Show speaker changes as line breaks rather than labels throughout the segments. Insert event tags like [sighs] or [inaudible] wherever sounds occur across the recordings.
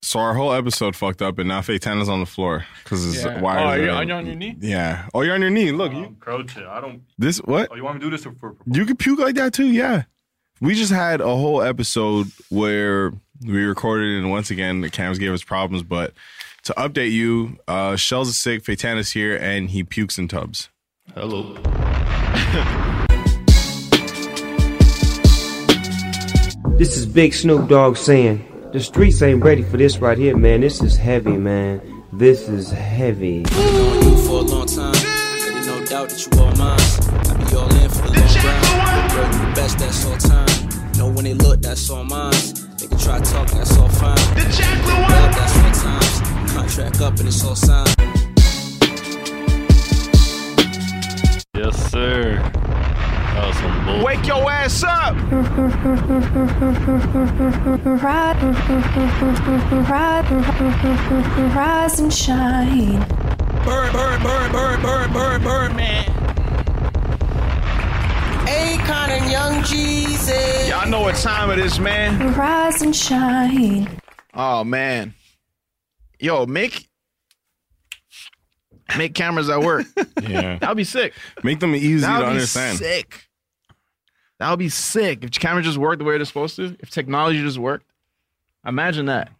So our whole episode fucked up, and now Faytan is on the floor because his
Yeah.
wires.
Oh, are
are
you-
in-
are you on your knee?
Yeah. Oh, you're on your knee. Look,
I'm
you,
crouching. I don't.
this what
Oh, you want me to do this for? for
you could puke like that too. Yeah. We just had a whole episode where we recorded, and once again, the cams gave us problems. But to update you, uh, Shells is sick. Faytan is here, and he pukes in tubs.
Hello.
This is Big Snoop Dogg saying, the streets ain't ready for this right here, man. This is heavy, man. This is heavy.
Known you for a long time. There ain't no doubt that you all mine. I be all in for the long grind. Girl, you the best, that's all time. Know when they look, that's all mine. Nigga try talk, that's all fine. The Doubt, that's all times. Contract up and it's all signed.
Yes, sir. That was some bull.
Wake your ass up!
Rise and shine.
Bird, bird, bird, bird, bird, bird, bird, man. Akon and Young Jesus.
Y'all know what time it is, man.
Rise and shine.
Oh man. Yo, make make cameras at [laughs] work.
Yeah.
That'll be sick.
[laughs] Make them easy
That'll
to
be
understand.
sick. That'll be sick. If cameras just worked the way they're supposed to, if technology just worked, imagine that.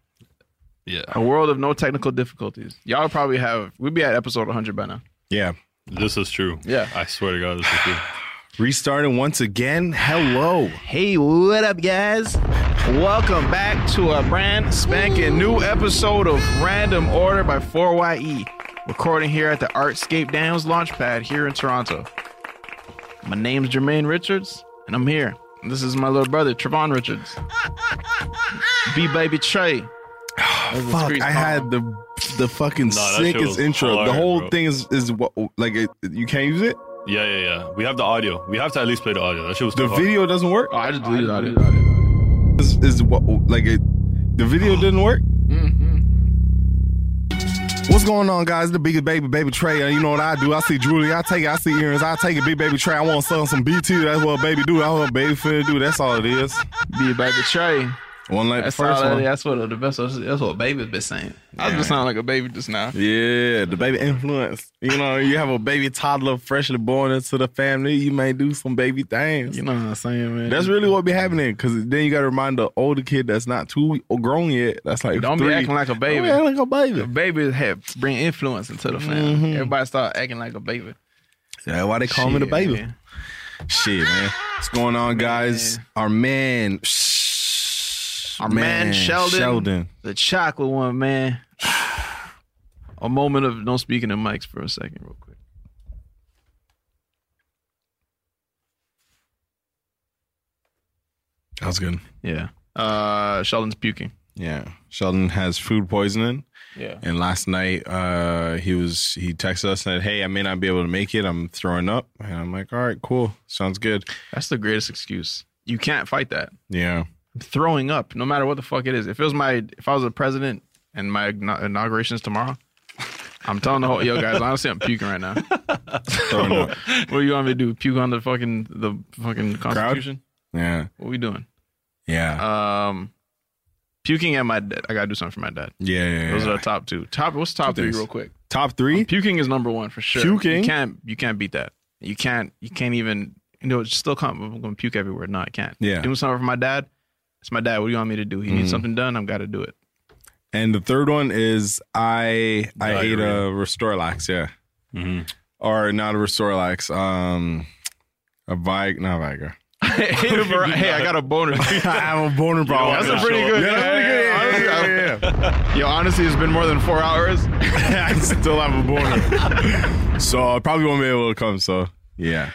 Yeah.
A world of no technical difficulties. Y'all would probably have we'd be at episode 100 by now.
Yeah.
This is true.
Yeah.
I swear to God, this is true.
Restarting once again. Hello.
Hey, what up, guys? Welcome back to a brand spanking new episode of Random Order by 4YE, recording here at the Artscape Downs Launchpad here in Toronto. My name's Jermaine Richards, and I'm here. And This is my little brother, Trevon Richards. B Baby Trey. As the
Fuck,
streets
I
call
had
him.
the the fucking
Nah, that shit
sickest
was
intro. the
hard,
whole
bro.
thing is is what like it, you can't use it.
Yeah, yeah, yeah. We have the audio. We have to at least play the audio. That shit was
The
too hard. [laughs]
video doesn't work.
Oh, I just deleted it.
Is, is what like it,
[sighs]
the video didn't work.
Mm-hmm.
What's going on, guys? The biggest baby, baby Trey. Uh, You know what I do? I see jewelry, I take it. I see earrings, I take it. Big baby Trey. I want to sell some BT. That's what baby do. That's what baby finna do. That's all it is.
B Baby Trey.
One like the
That's,
first
all,
one.
that's what the best. That's what baby's been saying. I just sound like a baby just now.
Yeah, the baby influence. You know, you have a baby toddler freshly born into the family. You may do some baby things.
You know what I'm saying, man.
That's really what be happening because then you got to remind the older kid that's not too grown yet. That's like
Don't be
three.
acting like a baby.
Don't be acting like a
The
baby.
baby have bring influence into the family. Everybody start acting like a baby.
That's why Mm-hmm. they call me the
Shit,
baby.
man.
Shit, man. What's going on, guys? Our man,
Our man, Sheldon.
Sheldon.
The chocolate one, man. [sighs] a moment of no speaking to mics for a second, real quick.
That was good.
Yeah. Uh Sheldon's puking.
Yeah, Sheldon has food poisoning.
Yeah.
And last night, uh, he was he texted us and said, "Hey, I may not be able to make it. I'm throwing up." And I'm like, "All right, cool. Sounds good."
That's the greatest excuse. You can't fight that.
Yeah,
Throwing up, no matter what the fuck it is. If it was my if I was a president and my inaug- inauguration is tomorrow, [laughs] I'm telling the whole yo guys, honestly I'm puking right now.
throwing
[laughs]
up.
What do you want me to do? Puke on the fucking the fucking constitution?
Yeah,
What we doing?
yeah,
Um, puking at my dad. I gotta do something for my dad.
yeah. yeah,
Those
yeah.
are the top two. Top. What's top
Two
three,
things.
real quick?
Top three.
Puking is number one for sure.
Puking?
You can't. You can't beat that. You can't. You can't even. You know, it's still come. I'm gonna puke everywhere. No, I can't.
Yeah. Mm-hmm.
Doing something for my dad. It's my dad. What do you want me to do? He needs something done. I've got
[laughs]
to do it.
And the third one is I I ate
Diarrhea.
a Restorlax, yeah,
Mhm.
Mm-hmm.
[laughs]
or not a Restorlax, um, a Vig, not Viagra,
hey, Ver- hey, I got
[laughs]
a boner. Oh,
I'm a boner problem.
That's a pretty good.
Yeah, that's pretty good. Yeah,
honestly,
yeah,
I-
yeah, yeah.
[laughs] Yo, honestly, it's been more than four hours.
[laughs] I still have a boner.
[laughs]
so I probably won't be able to come. So yeah.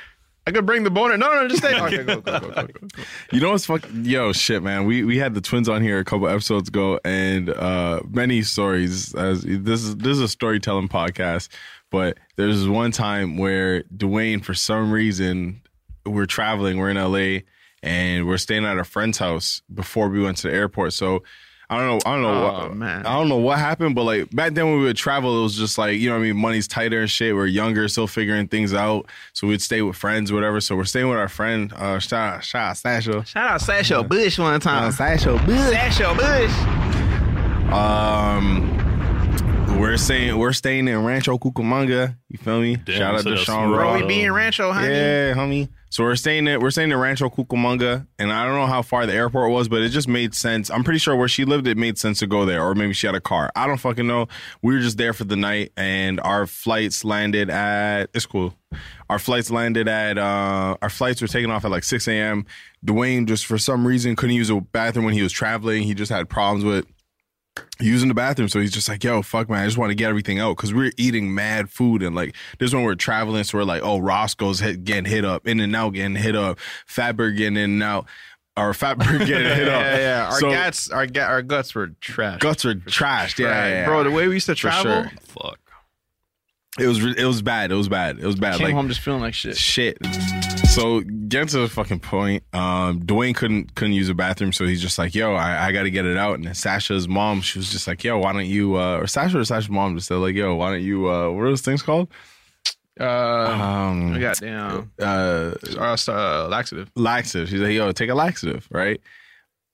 I could bring the boner. No, no, just stay.
[laughs]
Okay, go, go, go, go, go.
You know what's fuck? Yo, shit, man. We we had the twins on here a couple episodes ago, and uh many stories. As this is this is a storytelling podcast, but there's one time where Dwayne, for some reason, we're traveling. We're in LA, and we're staying at a friend's house before we went to the airport. So. I don't know. I don't know.
Oh,
what,
man.
I don't know what happened, but like back then when we would travel, it was just like you know what I mean. Money's tighter and shit. We're younger, still figuring things out. So we'd stay with friends, whatever. So we're staying with our friend. Uh, shout out, shout out, Sasha.
Shout out Sasha Bush one
Uh,
time.
Sideshow Bush.
Sasha Bush.
Um, we're staying we're staying in Rancho Cucamonga. You feel me?
Damn,
Shout out
so
to
that's
Sean
Bro,
Ross.
we be in Rancho, honey.
Yeah, homie. So we're staying at we're staying in Rancho Cucamonga, and I don't know how far the airport was, but it just made sense. I'm pretty sure where she lived, it made sense to go there, or maybe she had a car. I don't fucking know. We were just there for the night, and our flights landed at. It's cool. Our flights landed at. Uh, our flights were taking off at like 6 a.m. Dwayne just for some reason couldn't use a bathroom when he was traveling. He just had problems with using the bathroom. So he's just like, yo, fuck, man, I just want to get everything out because we're eating mad food. And like, this one we're traveling. So we're like, oh, Roscoe's hit, getting hit up, in and out, getting hit up, Fatburger getting in and out, or Fatburger getting hit up.
[laughs] Yeah, yeah. Our
So
guts, our, ga- our guts were trash.
guts are trashed. Yeah, yeah, yeah.
bro. The way we used to
For
travel,
sure.
Fuck.
it was re- it was bad. It was bad. It was bad.
came
like,
home just feeling like shit.
shit. So getting to the fucking point, um, Dwayne couldn't couldn't use the bathroom, so he's just like, "Yo, I, I got to get it out." And then Sasha's mom, she was just like, "Yo, why don't you?" Uh, or Sasha or Sasha's mom just said like, "Yo, why don't you?" Uh, what are those things called?
Uh,
Um,
we got down.
uh,
Uh, uh, laxative.
laxative. She's like, "Yo, take a laxative, right?"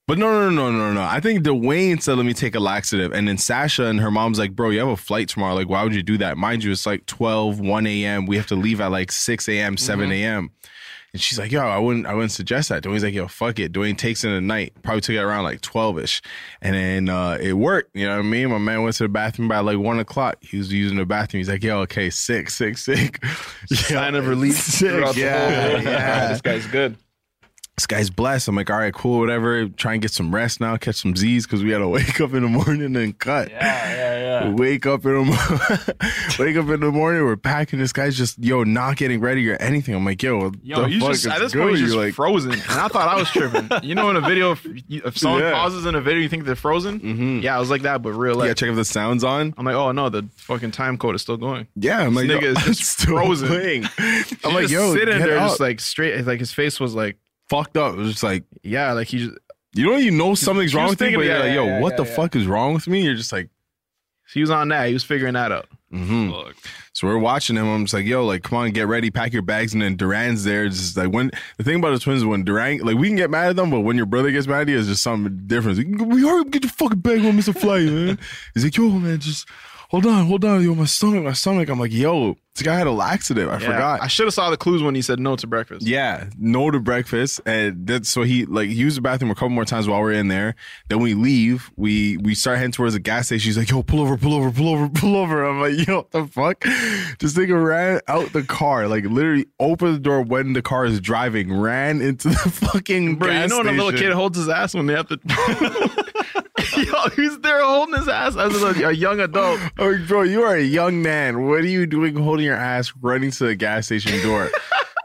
But no, no, no, no, no, no. I think Dwayne said, "Let me take a laxative," and then Sasha and her mom's like, "Bro, you have a flight tomorrow. Like, why would you do that? Mind you, it's like 12, 1 a.m. We have to leave at like six a.m., seven a.m." And she's like, "Yo, I wouldn't, I wouldn't suggest that." Dwayne's like, "Yo, fuck it." Dwayne takes it at night. Probably took it around like twelve ish, and then uh, it worked. You know what I mean? My man went to the bathroom by like one o'clock. He was using the bathroom. He's like, "Yo, okay, sick, sick, sick." [laughs] Sign of relief. Sick. Yeah, [laughs] yeah.
This guy's good.
This guy's blessed. I'm like, all right, cool, whatever. Try and get some rest now. Catch some Z's because we had to [laughs] wake up in the morning and cut. [laughs] Wake up in the mo- [laughs] wake up in the morning. We're packing. This guy's just yo not getting ready or anything. I'm like, yo, what
Yo,
the
he's
fuck
just,
is
at this
good
point,
with
he's
you?
just
like,
frozen. [laughs] And I thought I was [laughs] tripping. You know, in a video, if, you- if someone
Yeah.
pauses in a video, you think they're frozen.
Mhm.
Mm-hmm. Yeah, I was like that, but real life.
yeah, check if the sound's on.
I'm like, oh no, the fucking time code is still going.
Yeah, I'm like, [laughs]
nigga
yo,
is
I'm
just
still
frozen.
playing. I'm
He
like,
just
yo,
sitting
get
there,
up.
just like straight. it's Like his face was like,
fucked up. It was just like
yeah, like he just
you know, you know something's
he
wrong
was
with you,
thinking-
but
yeah,
you're like,
yeah,
yo,
yeah,
what the
yeah, yeah.
fuck is wrong with me? You're just like,
he was on that. He was figuring that out.
mm-hmm.
Fuck.
So we're watching him. I'm just like, yo, like, come on, get ready, pack your bags. And then Duran's there. It's Just like when the thing about the twins is when Duran, like, we can get mad at them, but when your brother gets mad at you, it's just something different. It's Like, we hurry up, get your fucking bag on, Mr. Flight, man. He's like, yo, man, just hold on, hold on, yo, my stomach, my stomach. I'm like, yo, this guy had a laxative. I
Yeah.
forgot.
I should have saw the clues when he said no to breakfast.
Yeah, no to breakfast, and that's so he like he used the bathroom a couple more times while we're in there. Then we leave. We we start heading towards the gas station. He's like, "Yo, pull over, pull over, pull over, [laughs] pull over." I'm like, "Yo, what the fuck?" This nigga ran out the car, like literally opened the door when the car is driving, ran into the [laughs] fucking
Bro, you
gas
know when a little
station.
kid holds his ass when they have to. [laughs] Yo, he's there holding his ass as a, a young adult.
I'm like, Oh, bro, you are a young man. What are you doing holding your ass running to the gas station
[laughs]
door?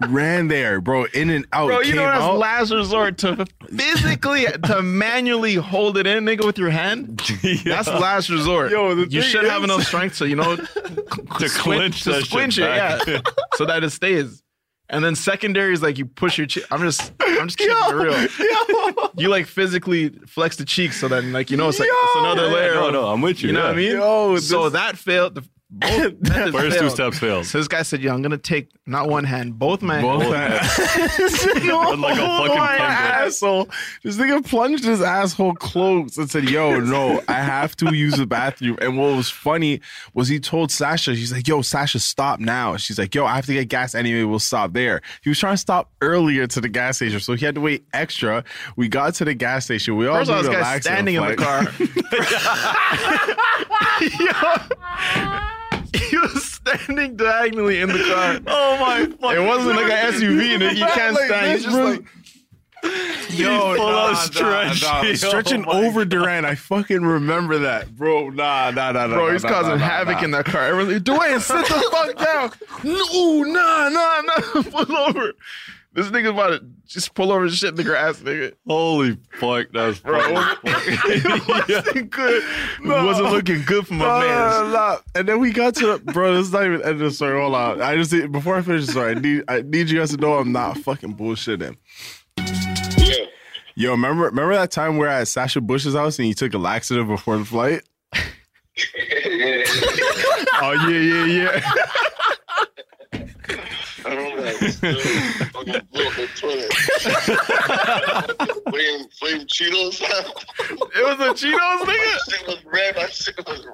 ran there, bro, in and out.
Bro, you
came
know
[laughs]
that's
out.
last resort to physically to manually hold it in, nigga, with your [laughs] hand. That's last resort.
Yo, the
you
thing
should have
is-
enough strength to you [laughs] know to
clench that
to
shit
squinch it,
back.
yeah, so that it stays. And then secondary is like you push your cheek. I'm just, I'm just keeping it real. You like physically flex the cheeks so that like you know it's like it's
Yo!
another
Yeah,
layer.
no,
of-
no, I'm with you,
You know
yeah.
what I mean?
Yo,
so
this-
that failed. The, both methods
First two
failed.
steps failed.
So this guy said, "Yo, I'm gonna take not one hand, both my hands." Oh
Both
[laughs]
Run [laughs] like a fucking
my
penguin.
asshole. This nigga plunged his asshole closed and said, "Yo, no, I have to use the bathroom." And what was funny was he told Sasha, he's like, "Yo, Sasha, stop now." She's like, "Yo, I have to get gas anyway. We'll stop there." He was trying to stop earlier to the gas station, so he had to wait extra. We got to the gas station. We all
First of all,
knew
this
the
guy's
laxative
standing in the
flight. [laughs]
car. Yo, he was standing diagonally in the car.
Oh my fucking
It wasn't like an SUV, nigga. You can't
Like,
stand.
that's
He's just
really-
like, Yo,
Full
nah,
out
nah,
stretch.
nah.
Yo,
Stretching
my
over Durant, I fucking remember that, bro. Nah, nah, nah, nah.
Bro,
nah,
he's
nah,
causing
nah,
havoc
nah.
in that car. Everyone, Dwayne, sit the fuck down. No, nah, nah, nah. [laughs] Pull over. This nigga's about to just pull over and shit in the grass, nigga.
Holy fuck, that's
Bro, it
fucking
[laughs]
wasn't,
Yeah.
wasn't good. No.
wasn't looking good for my
Nah,
man.
nah, nah.
And then we got to the, bro. This is not even end of the story. Hold on. I just need- before I finish the story, I need I need you guys to know I'm not fucking bullshitting. Yo, remember remember that time we we're at Sasha Bush's house and you took a laxative before the flight? oh yeah, yeah, yeah. [laughs]
I remember that. Fucking blew up the [laughs] toilet. Flame, flame Cheetos.
It was a Cheetos, nigga.
my shit was red.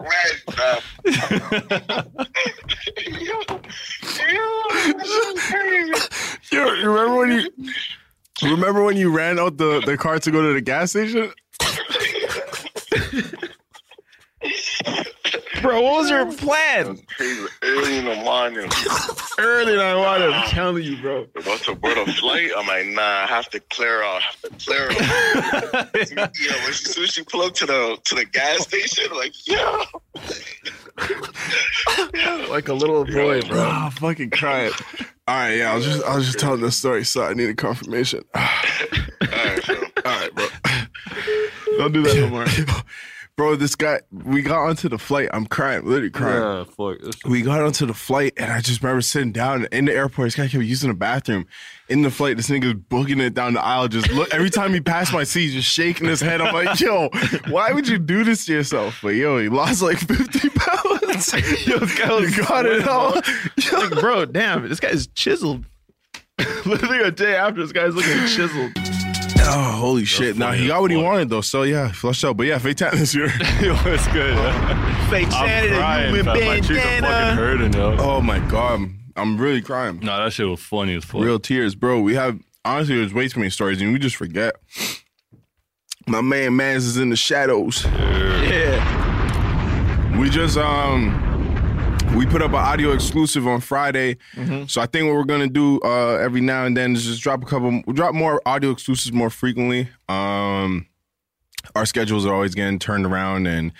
My shit was red. Nah. Yo, yo, this is crazy.
[laughs] Yo, remember when you remember when you ran out the, the car to go to the gas station?
Bro, what was your plan?
Crazy. Early in the morning.
Early night water. I'm telling you, bro.
About to board a flight. I'm like, nah, I have to clear out. I have to clear out. yeah, when she, as soon as she pulled up to the to the gas station, like, yeah.
Uh, Like a little boy, bro.
Ah, fucking crying. All right, yeah, I was just I was just telling this story, so I need a confirmation. [sighs]
All right, bro.
All right, bro. Don't do that no more. [laughs] bro, this guy, we got onto the flight. I'm crying, literally crying.
Yeah, fuck. [laughs] This-
We got onto the flight, and I just remember sitting down in the airport. This guy kept using the bathroom. In the flight, this nigga's booking it down the aisle. Just look, every time he passed my seat, just shaking his head. I'm like, yo, why would you do this to yourself? But yo, he lost like 50 [laughs] pounds. yo, this guy was got it all. [laughs] Yo,
Like, bro, damn, this guy's chiseled. Literally a day after, this guy's looking chiseled.
Oh, holy shit. Now, he got what he wanted, though. So, yeah, flush out. But yeah, fake this [laughs] year.
Yo, it's good.
Fake
I'm crying. fam. My cheeks are fucking hurting, yo.
Oh, my God. I'm- I'm really crying.
No, that shit was funny as fuck.
Real tears, bro. We have honestly, there's way too many stories, and we just forget. My man, Mans is in the shadows.
Yeah.
We just um, we put up an audio exclusive on Friday,
Mm-hmm.
so I think what we're gonna do uh every now and then is just drop a couple, drop more audio exclusives more frequently. Um, our schedules are always getting turned around, and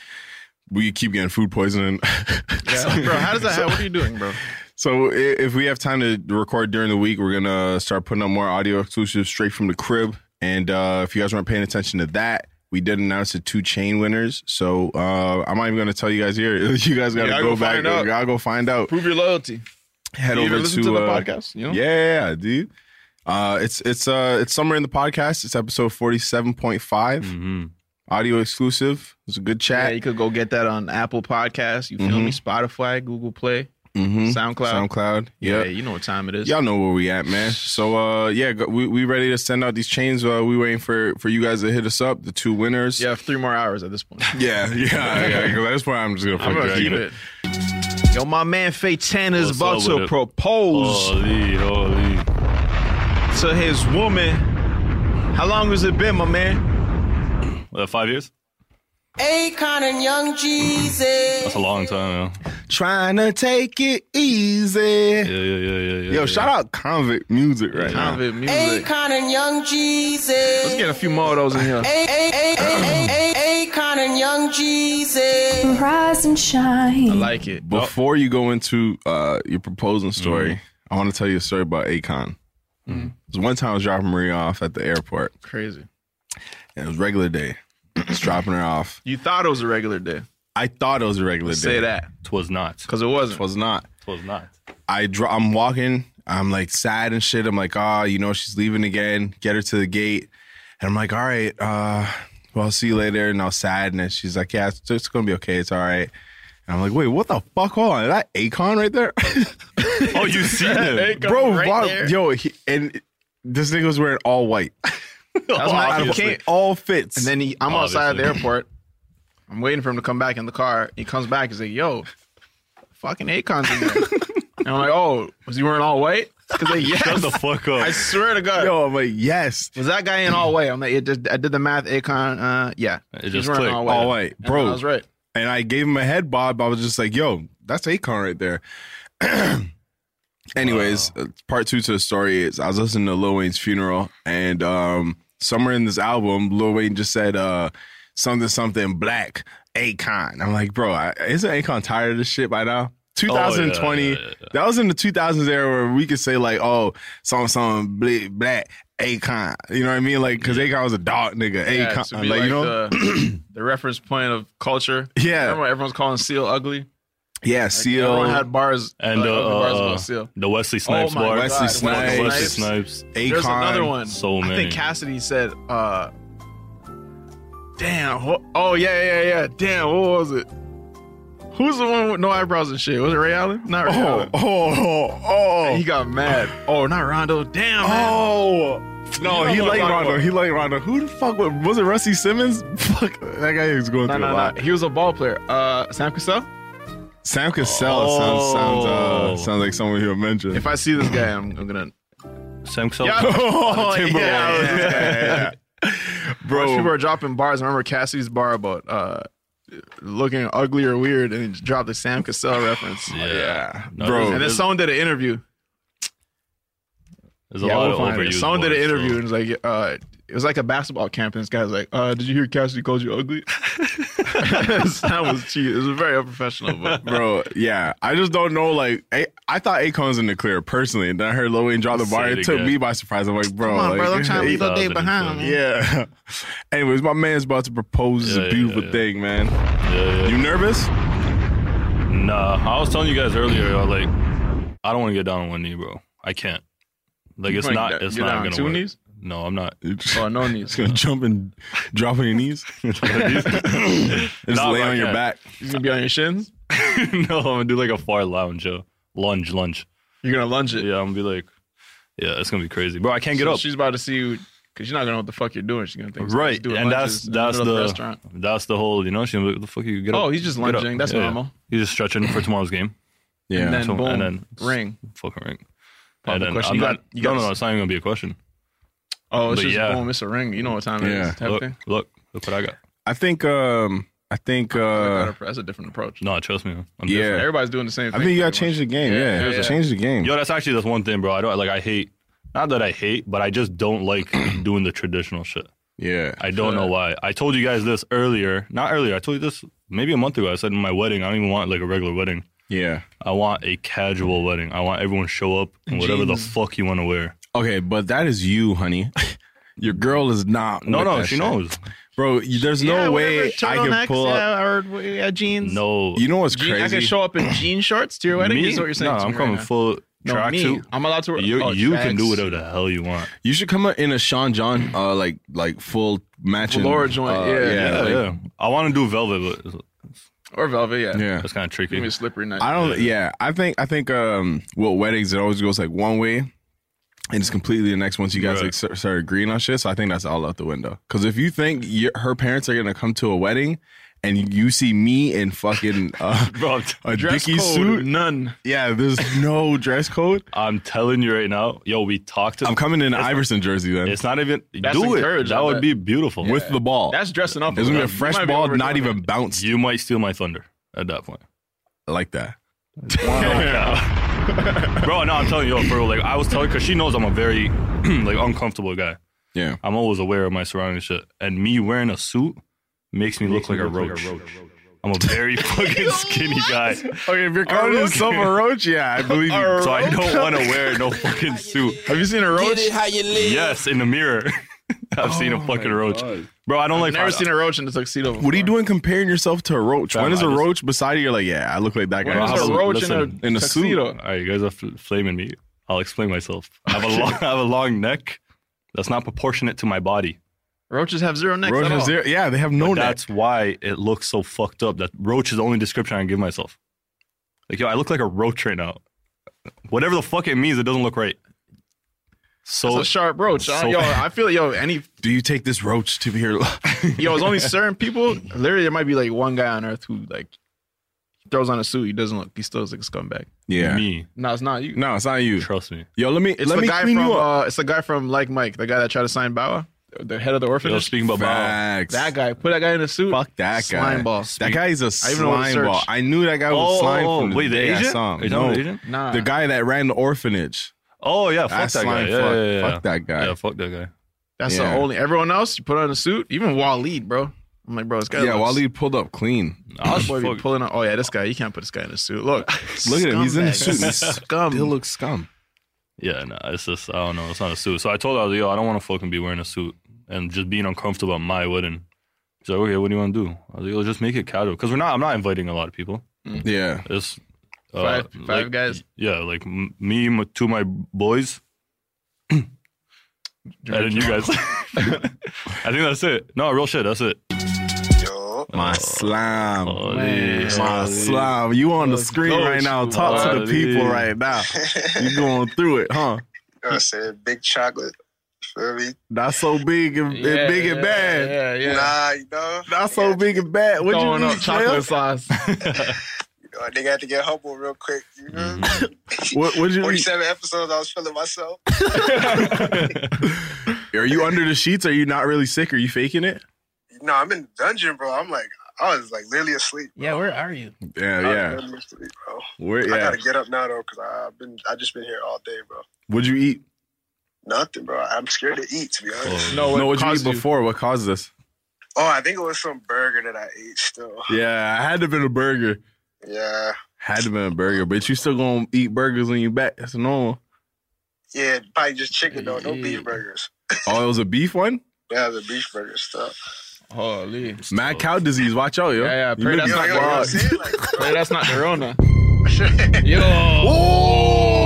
we keep getting food poisoning. [laughs]
Bro, how does that happen? What are you doing, bro?
So i- if we have time to record during the week, we're gonna start putting up more audio exclusives straight from the crib. And uh, if you guys weren't paying attention to that, we did announce the two chain winners. So uh, I'm not even gonna tell you guys here. [laughs] You guys gotta
Yeah,
go,
go
back.
find out.
Y'all go find out.
Prove your loyalty.
Head
You
over
either listen to the
uh,
podcast, you know?
Yeah, yeah, dude. Uh, it's it's uh it's somewhere in the podcast. It's episode forty seven point five,
hmm
audio exclusive. It's a good
Mm-hmm. Yeah,
chat.
you could go get that on Apple Podcasts. You feel me? Spotify, Google Play,
Mhm.
SoundCloud.
SoundCloud.
Yeah,
Yeah.
you know what time it is.
Y'all know where we at, man. So uh yeah, go- we we ready to send out these chains. Uh, we waiting for for you guys to hit us up, the two winners.
You have three more hours at this [laughs] point.
Yeah, [laughs] yeah, yeah. Because
[laughs]
at this point, I'm just gonna
I'm
fucking drag
gonna
it.
keep it. Yo, my man Faye Tanner is
What's
about
up with
to
it?
propose
Holy, holy.
to his woman. How long has it been, my man?
What, five years?
Akon and Young Jesus.
That's a long time, yo.
Trying to take it easy.
Yeah, yeah, yeah, yeah. yeah
Yo,
yeah.
shout out convict music right now.
Convict music.
and Young Jesus.
Let's get a few more of those in here.
Akon and Young Jesus.
Rise and
I
shine.
like it.
Before you go into uh your proposing story,
Mm-hmm.
I want to tell you a story about Akon. There's one time I was dropping Maria off at the airport,
Crazy.
and it was regular day. [clears throat] Just dropping her off.
You thought it was a regular day.
I thought it was a regular day.
Say that.
Twas not.
Because it wasn't.
was not.
Twas not.
I draw. I'm walking. I'm like sad and shit. I'm like, ah, you know, she's leaving again. Get her to the gate. And I'm like, all right, uh, well, I'll see you later. And I was sad. And then she's like, yeah, it's, it's gonna be okay. It's all right. And I'm like, wait, what the fuck? Hold on, is that Akon right there,
[laughs] Oh, you seen
[laughs]
him?
bro?
right
Bob-
there.
Yo, he, and this nigga was wearing all white,
That's my
Out of
Obviously.
all fits.
And then he, I'm outside the
Obviously.
[laughs] airport. I'm waiting for him to come back in the car. He comes back. He's like, "Yo, fucking Akon's in [laughs] there." and I'm like, "Oh, was he wearing all [laughs] white?" Because like,
Shut
yes,
the fuck
I
up.
swear to God,
yo, I'm like, yes,
was that guy in all white? I'm like, it just, I did the math. Akon, uh, yeah,
It
he's
just
wearing
clicked.
all white.
all white,
And then
bro.
I was right.
and I gave him a head bob. I was just like, yo, that's Akon right there. [clears throat] Anyways, uh part two to the story is I was listening to Lil Wayne's funeral, and um, somewhere in this album, Lil Wayne just said uh, something, something black, Akon. I'm like, bro, I, isn't Akon tired of this shit
Oh,
by now? 2020,
yeah, yeah, yeah.
that was in the 2000s era where we could say, like, oh, something, something bla- black, Akon. You know what I mean? Like, because Akon was a dog nigga,
Yeah,
Akon.
to
Like,
be
you know? [clears throat]
the, the reference point of culture.
Yeah.
Remember when everyone's calling Seal ugly?
yeah,
Everyone
Seal,
had bars
And
like,
uh,
ugly bars
uh,
about Seal.
the Wesley Snipes
Oh my
bar.
God,
Wesley
The Wesley
Snipes.
Snipes.
Akon.
There's another one.
So
I
many.
think Cassidy said, uh, damn. wh- Oh, yeah, yeah, yeah. Damn, what was it? Who's the one with no eyebrows and shit? Was it Ray Allen? Not Ray
Oh,
Allen.
oh, oh, oh.
He got mad. Oh, not Rondo. Damn, man.
Oh
You
no,
know
he
what
like
I'm talking
Rondo.
about.
He like Rondo. Who the fuck was, was it? Rusty Simmons? [laughs] Fuck, that guy is going
No,
through a
no,
lot.
no. He was a ball player. Uh, Sam Cassell?
Sam Cassell sounds sounds uh,
Oh.
sounds like someone he'll mention.
If I see this guy, I'm, I'm [laughs] gonna.
Sam Cassell.
Yeah,
oh,
yeah, yeah,
yeah, yeah.
[laughs] Bro.
[laughs]
People
bro,
are dropping bars. I remember Cassidy's bar about uh, looking ugly or weird, and he just dropped the Sam Cassell reference.
Yeah. No,
bro.
And then
there's,
someone did an interview.
there's a lot of
we'll find it.
overuse.
Someone did an
words, so-
interview and was like, uh, it was like a basketball camp, and this guy was like, uh, "Did you hear Cassidy called
[laughs]
you ugly?" [laughs] that was cheap. It was very unprofessional, [laughs] but
bro, yeah. I just don't know. Like, I, I thought Akon's in the clear personally, and then I heard Lil Wayne drop the
Say
bar.
it
It took
again.
me by surprise. I'm like, bro,
come on,
like,
bro, don't try
[laughs]
to leave
Yeah.
no day behind. Man.
yeah. [laughs] Anyways, my man's about to propose.
Yeah,
this
yeah,
beautiful
yeah.
thing, man.
Yeah, yeah.
You nervous?
Nah, I was telling you guys earlier, I like, I don't want to get down on one knee, bro. I can't. Like, it's
wanna
not,
get-
it's
get down
not
on
gonna
two
work.
knees?
No, I'm not. [laughs]
[laughs] Oh, no
It's
knees.
gonna jump and drop on your
[laughs]
knees and [laughs] just
Nah, bro,
lay
I
on your
can't.
back.
You gonna be on your shins?
[laughs] no, I'm gonna do like a far lounge, yo. Lunge, lunge.
You're gonna lunge it.
Yeah, I'm gonna be like, yeah, it's gonna be crazy, bro. I can't get
So
up.
She's about to see you because you're not gonna know what the fuck you're doing. She's gonna think he's
right,
doing
and that's
lunges in
that's
middle of
the that's the whole, you know. She's like, what the fuck you get up?
Oh, he's just
Get up.
lunging. That's normal.
He's just stretching for tomorrow's game.
Yeah.
And then
so-
boom,
and then-
ring.
Fucking ring. And
Pop Oh, the
then
question.
I'm
You
not,
got- you
no,
got-
no, no, it's not even gonna be a question.
Oh, it's
But
just
yeah.
boom, it's a ring. You know what time it is?
Yeah.
type
Look,
thing.
look, look what I got.
I think um I think uh
that's a different approach.
No, trust me. I'm
Yeah.
different.
Everybody's doing the same
I
thing.
think you gotta
pretty
change
much.
the game.
Yeah,
Yeah.
yeah, yeah.
Change the game.
Yo, that's actually that's one thing, bro. I don't like. I hate. Not that I hate, but I just don't like [clears throat] doing the traditional shit.
Yeah.
I don't know
that.
why. I told you guys this earlier. Not earlier. I told you this maybe a month ago. I said in my wedding, I don't even want like a regular wedding.
Yeah.
I want a casual wedding. I want everyone to show up and whatever the
Jeans.
fuck you want to wear.
Okay, but that is you,
[laughs]
honey. Your girl is not.
No,
with
no,
that
she
shit.
knows.
bro. you- There's
Yeah,
no
whatever,
way I can
turtlenecks,
pull up.
yeah, or yeah, jeans.
No,
You know what's
Jean- I
crazy?
can show up in jean shorts to your wedding.
Me?
Is what you're saying?
No,
to
I'm
me
coming
right
full
now. No, me.
tracksuit.
I'm allowed to. wear-
You
oh,
you can do
tracks.
whatever the hell you want.
you should come up in a Sean John, uh, like like full matching
Velour joint,
uh,
yeah.
yeah,
Yeah,
like-
yeah. I want to do velvet, but it's-
Or velvet, yeah.
yeah.
that's kind of
Give me
tricky.
a slippery night.
I don't. Yeah, I think I think um, well, weddings it always goes like one way, and it's completely the next once you guys
Right.
like start, start agreeing on shit. So I think that's all out the window. Because if you think your, her parents are gonna come to a wedding, and you see me in fucking
[laughs]
uh,
Bro, I'm
a
[laughs] Dress
dicky
code,
suit,
none.
yeah, there's no dress code.
I'm telling you right now, yo, we talked. To,
I'm coming in an Iverson jersey then
It's not even
That's
do it.
encouraged, I
That would
bet.
be beautiful.
with the ball.
That's dressing up.
there's gonna be a
You
fresh
might
ball,
overdoing
not even
it.
bounced
you might steal my thunder at that
[laughs]
point. Oh
I like that.
[laughs]
Bro, no, I'm telling you, yo, for real, like I was telling, cause she knows I'm a very [clears throat] like uncomfortable guy.
[laughs]
Yeah,
I'm always aware of my surroundings, and shit, and me wearing a suit makes me look like, a roach. I'm a
[laughs]
very fucking skinny guy,
okay, if you're calling yourself
[laughs]
a roach, yeah, I believe you.
so I don't want to wear no fucking suit.
Have you seen a
Get
roach?
it how you live.
Yes, in the mirror, [laughs] I've seen a fucking roach, bro. I don't like.
Oh I've never seen a roach in a tuxedo. Before.
What are you doing comparing yourself to a roach?
Fam,
when is
I
a
just-
roach beside you? You're like, yeah, I look like that
When
guy.
is
I'll-
a roach
listen,
in a
in a suit.
tuxedo?
All right, you guys are fl- flaming me. I'll explain myself. I have a
[laughs]
long, I have a long neck. That's not proportionate to my body.
Roaches have zero necks.
Roach
at
has
all.
zero- yeah, they have no
But
neck.
that's why it looks so fucked up. That roach is the only description I can give myself. Like yo, I look like a roach right now. Whatever the fuck it means, it doesn't look right.
It's
So
a sharp roach. I-
So-
[laughs]
yo, I feel yo. Any
Do you take this roach to be your?
yo, it's only certain people. Literally, there might be like one guy on earth who like throws on a suit. He doesn't look. He still looks like a scumbag.
[laughs] yeah.
me,
No, it's not you.
No, it's not you.
trust me.
Yo, let me
It's
let
the
me
guy
clean
from
you up.
uh, it's the guy from Like Mike, the guy that tried to sign Bauer. the head of the orphanage.
speaking about Mao.
Facts.
that guy, put that guy in a suit.
Fuck that guy.
Slime ball.
That guy's a
even know what to
slime ball.
search.
I knew that guy was
Oh,
slime
oh,
from the
wait, the
day I
Asian?
saw him.
Are you talking
no,
about the Asian?
Nah.
the guy that ran the orphanage.
Oh yeah, fuck
That's
that guy.
slime
Yeah,
fuck.
yeah, yeah, yeah.
Fuck that guy.
Yeah, fuck that guy.
That's
Yeah.
the only. Everyone else, you put on a suit. Even Waleed, bro. I'm like, bro, this guy.
yeah,
looks-
Waleed pulled up clean.
I was
Boy, be
fucking-
pulling. On, oh yeah, this guy. You can't put this guy in a suit. Look,
Look at him. He's in the
Scumbag.
suit. He's
Scum.
Still looks scum.
Yeah, no, it's just I don't know. It's not a suit. So I told her, I was like, yo, I don't want to fucking be wearing a suit and just being uncomfortable at my wedding. She's like, okay, what do you want to do? I was like, yo, just make it casual because we're not. I'm not inviting a lot of people.
Yeah.
It's uh,
Five- five
like-
guys?
Yeah, like m- me, my, two of my boys, [clears throat] and then you guys. [laughs] I think that's it. No, real shit. That's it.
Yo. [laughs]
My slime.
Oh,
man.
yeah.
My slime. You on the screen
go,
right now. Talk to the
Waleed.
people right now. You going through it, huh?
I said big chocolate. You feel me?
That's so big and, and big and bad.
Yeah, yeah.
Nah, you know.
That's Oh, so big and bad. What
Throwing
you
up
eat, Jalen?
chocolate sauce.
You know, Oh, they got to get humble real quick. You know?
[laughs] Mm-hmm. What would you eat?
47 episodes, I was feeling myself.
Are you under the sheets? Are you not really sick? Are you faking it?
No, I'm in the dungeon, bro. I'm like, I was like literally asleep.
Yeah, where are you?
Yeah,
I was
yeah.
literally asleep, bro.
Where,
I
yeah.
gotta get up now though, cause I've been, I just been here all day, bro.
What'd you eat?
Nothing, bro. I'm scared to eat, to be honest.
Oh,
No, what
no, what'd you eat
caused you?
before? What caused this?
Oh, I think it was some burger that I ate. Still,
Yeah, I had to been a burger.
yeah,
Had to been a burger, but you still gonna eat burgers when you back. That's normal.
yeah, probably just chicken though. No
Mm-hmm.
beef burgers.
Oh, it was a beef one?
Yeah, the beef burger stuff.
Holy.
Oh.
Mad cow disease. Watch out, yo.
Yeah, yeah,
You
pray
may
that's
be
Yo, yo, you
not
know
fucked
what I'm
up.
saying? Like,
Hey, that's not Verona.
bro. [laughs]
Yo.
Oh,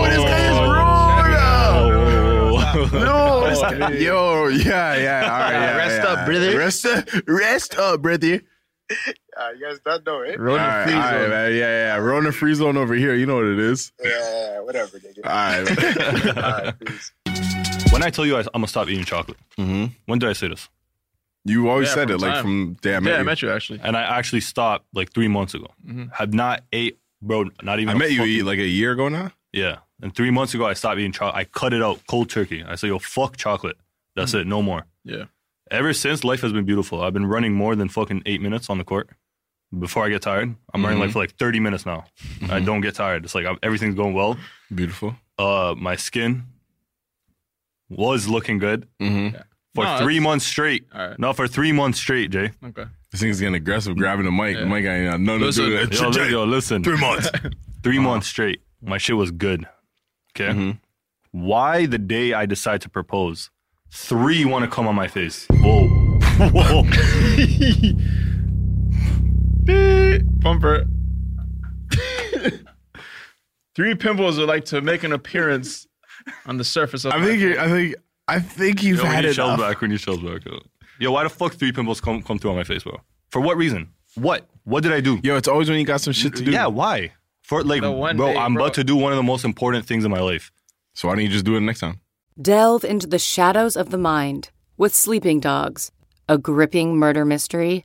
this guy is wrong.
Oh, [laughs]
[laughs]
No, this guy, yo, yeah, yeah, all right,
Yeah,
yeah,
rest
yeah.
up, brother.
Rest up, rest up, brother.
Ah, you guys done know it?
All
Verona
right, all right, man. Yeah, yeah. Rona free zone over here. You know what it is.
Yeah, whatever, nigga.
All right.
[laughs]
All right, peace.
when I tell you I, I'm gonna stop eating chocolate,
mm-hmm.
when did I say this?
[laughs] You always
Yeah,
said
from
it, like
time.
from damn.
Yeah, I met you actually.
And I actually stopped like three months ago.
Mhm.
Have not ate, bro. Not even.
I
a
met you
fucking-
eat like a year ago now.
Yeah. And three months ago, I stopped eating chocolate. I cut it out cold turkey. I said, yo, fuck chocolate. That's
Mm.
it. No more.
Yeah.
Ever since, life has been beautiful. I've been running more than fucking eight minutes on the court before I get tired. I'm running
Mm-hmm.
like for like 30 minutes now. I don't get tired. It's like I'm, everything's going well.
Beautiful.
Uh, My skin was looking good
Mm-hmm.
for
No,
three
that's-
months straight.
All right.
No, for three months straight, Jay.
Okay.
This thing's getting aggressive, grabbing the mic.
Yeah.
The mic ain't got nothing
Listen,
to [laughs] do
Yo,
with
li-
that.
yo, listen. [laughs]
Three
[laughs]
months.
3
Uh-huh.
months straight. My shit was good. Okay.
Mm-hmm.
Mhm.
Why the day I decide to propose, three want to come on my face. Whoa. [laughs] Whoa.
[laughs]
Pumper. Three pimples would like to make an appearance on the surface of.
I think. You're, I think. I think you've
Yo, when
had
you
it.
shell back, when you shell back. Yo. yo, why the fuck three pimples come, come through on my face, bro? For what reason? What? What did I do?
Yo, it's always when you got some shit to do.
Yeah, why? For like,
The
bro,
one day,
I'm
bro.
about to do one of the most important things in my life.
So why don't you just do it next time?
Delve into the shadows of the mind with Sleeping Dogs, a gripping murder mystery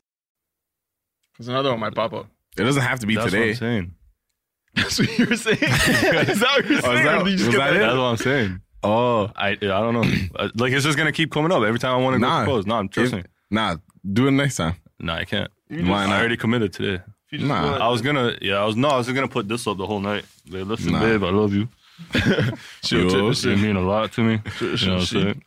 There's another one might pop up.
It doesn't have to be
That's what
today.
I'm [laughs] saying.
That's what you were saying. is that
Oh,
what
[laughs]
you're
is
saying?
that-
or did you just
was
get
that it?
that?
That's what I'm saying.
Oh,
I I don't know. Uh, like it's just gonna keep coming up every time I want to
Nah.
go propose. Nah, I'm trust me.
If- Nah, do it next time.
Nah, I can't.
You just- Why not?
I already committed today.
you just Nah. wanna-
I was gonna. Yeah, I was. No, I was gonna put this up the whole night. Like, listen,
Nah.
babe, I love you.
Chill, chill,
Yo,
chill.
You mean a lot to me. You
chill,
know what I'm
chill.
saying?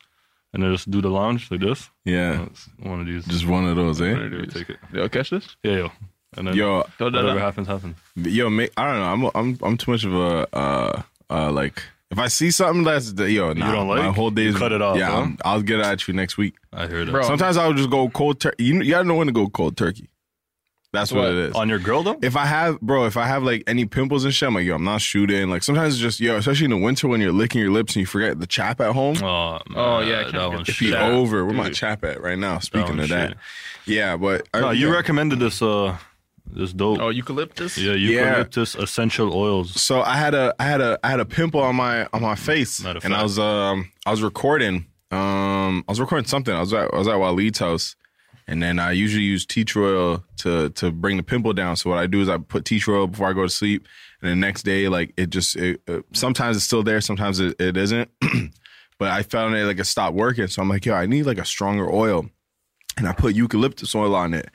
And then just do the lounge like this.
Yeah,
One of these.
just one of those, eh?
One of these. Take it.
Yo, catch this?
Yeah, yo. And then
Yo,
whatever happens, happens.
Yo, ma- I don't know. I'm I'm I'm too much of a uh uh like if I see something that's the- yo, nah,
don't like?
my whole day
You
is
cut it off,
Yeah,
huh?
I'm- I'll get at you next week.
I heard it.
Bro.
Sometimes I'll just go cold turkey. You, you gotta know when to go cold turkey. That's what,
What?
it is.
On your grill though.
If I have, bro, if I have like any pimples and shit, I'm like, yo, I'm not shooting. Like sometimes it's just, yo, especially in the winter when you're licking your lips and you forget the chap at home.
Oh,
Oh, yeah, I can't
that
get
one's
the
It be
shit.
over. Where my
dude.
chap at right now? Speaking
one's
of that,
shit.
yeah, but I-
No, you
yeah.
recommended this. Uh, this dope.
Oh, eucalyptus?
Yeah,
Yeah.
eucalyptus essential oils.
so I had a I had a I had a pimple on my on my face,
Matter
and
of fact.
I was um I was recording um I was recording something. I was at I was at Walid's house, and then I usually use tea tree oil to to bring the pimple down. So what I do is I put tea tree oil before I go to sleep, and the next day like it just it, uh, sometimes it's still there, sometimes it, it isn't. [clears throat] but I found it like it stopped working, so I'm like yo I need like a stronger oil, and I put eucalyptus oil on it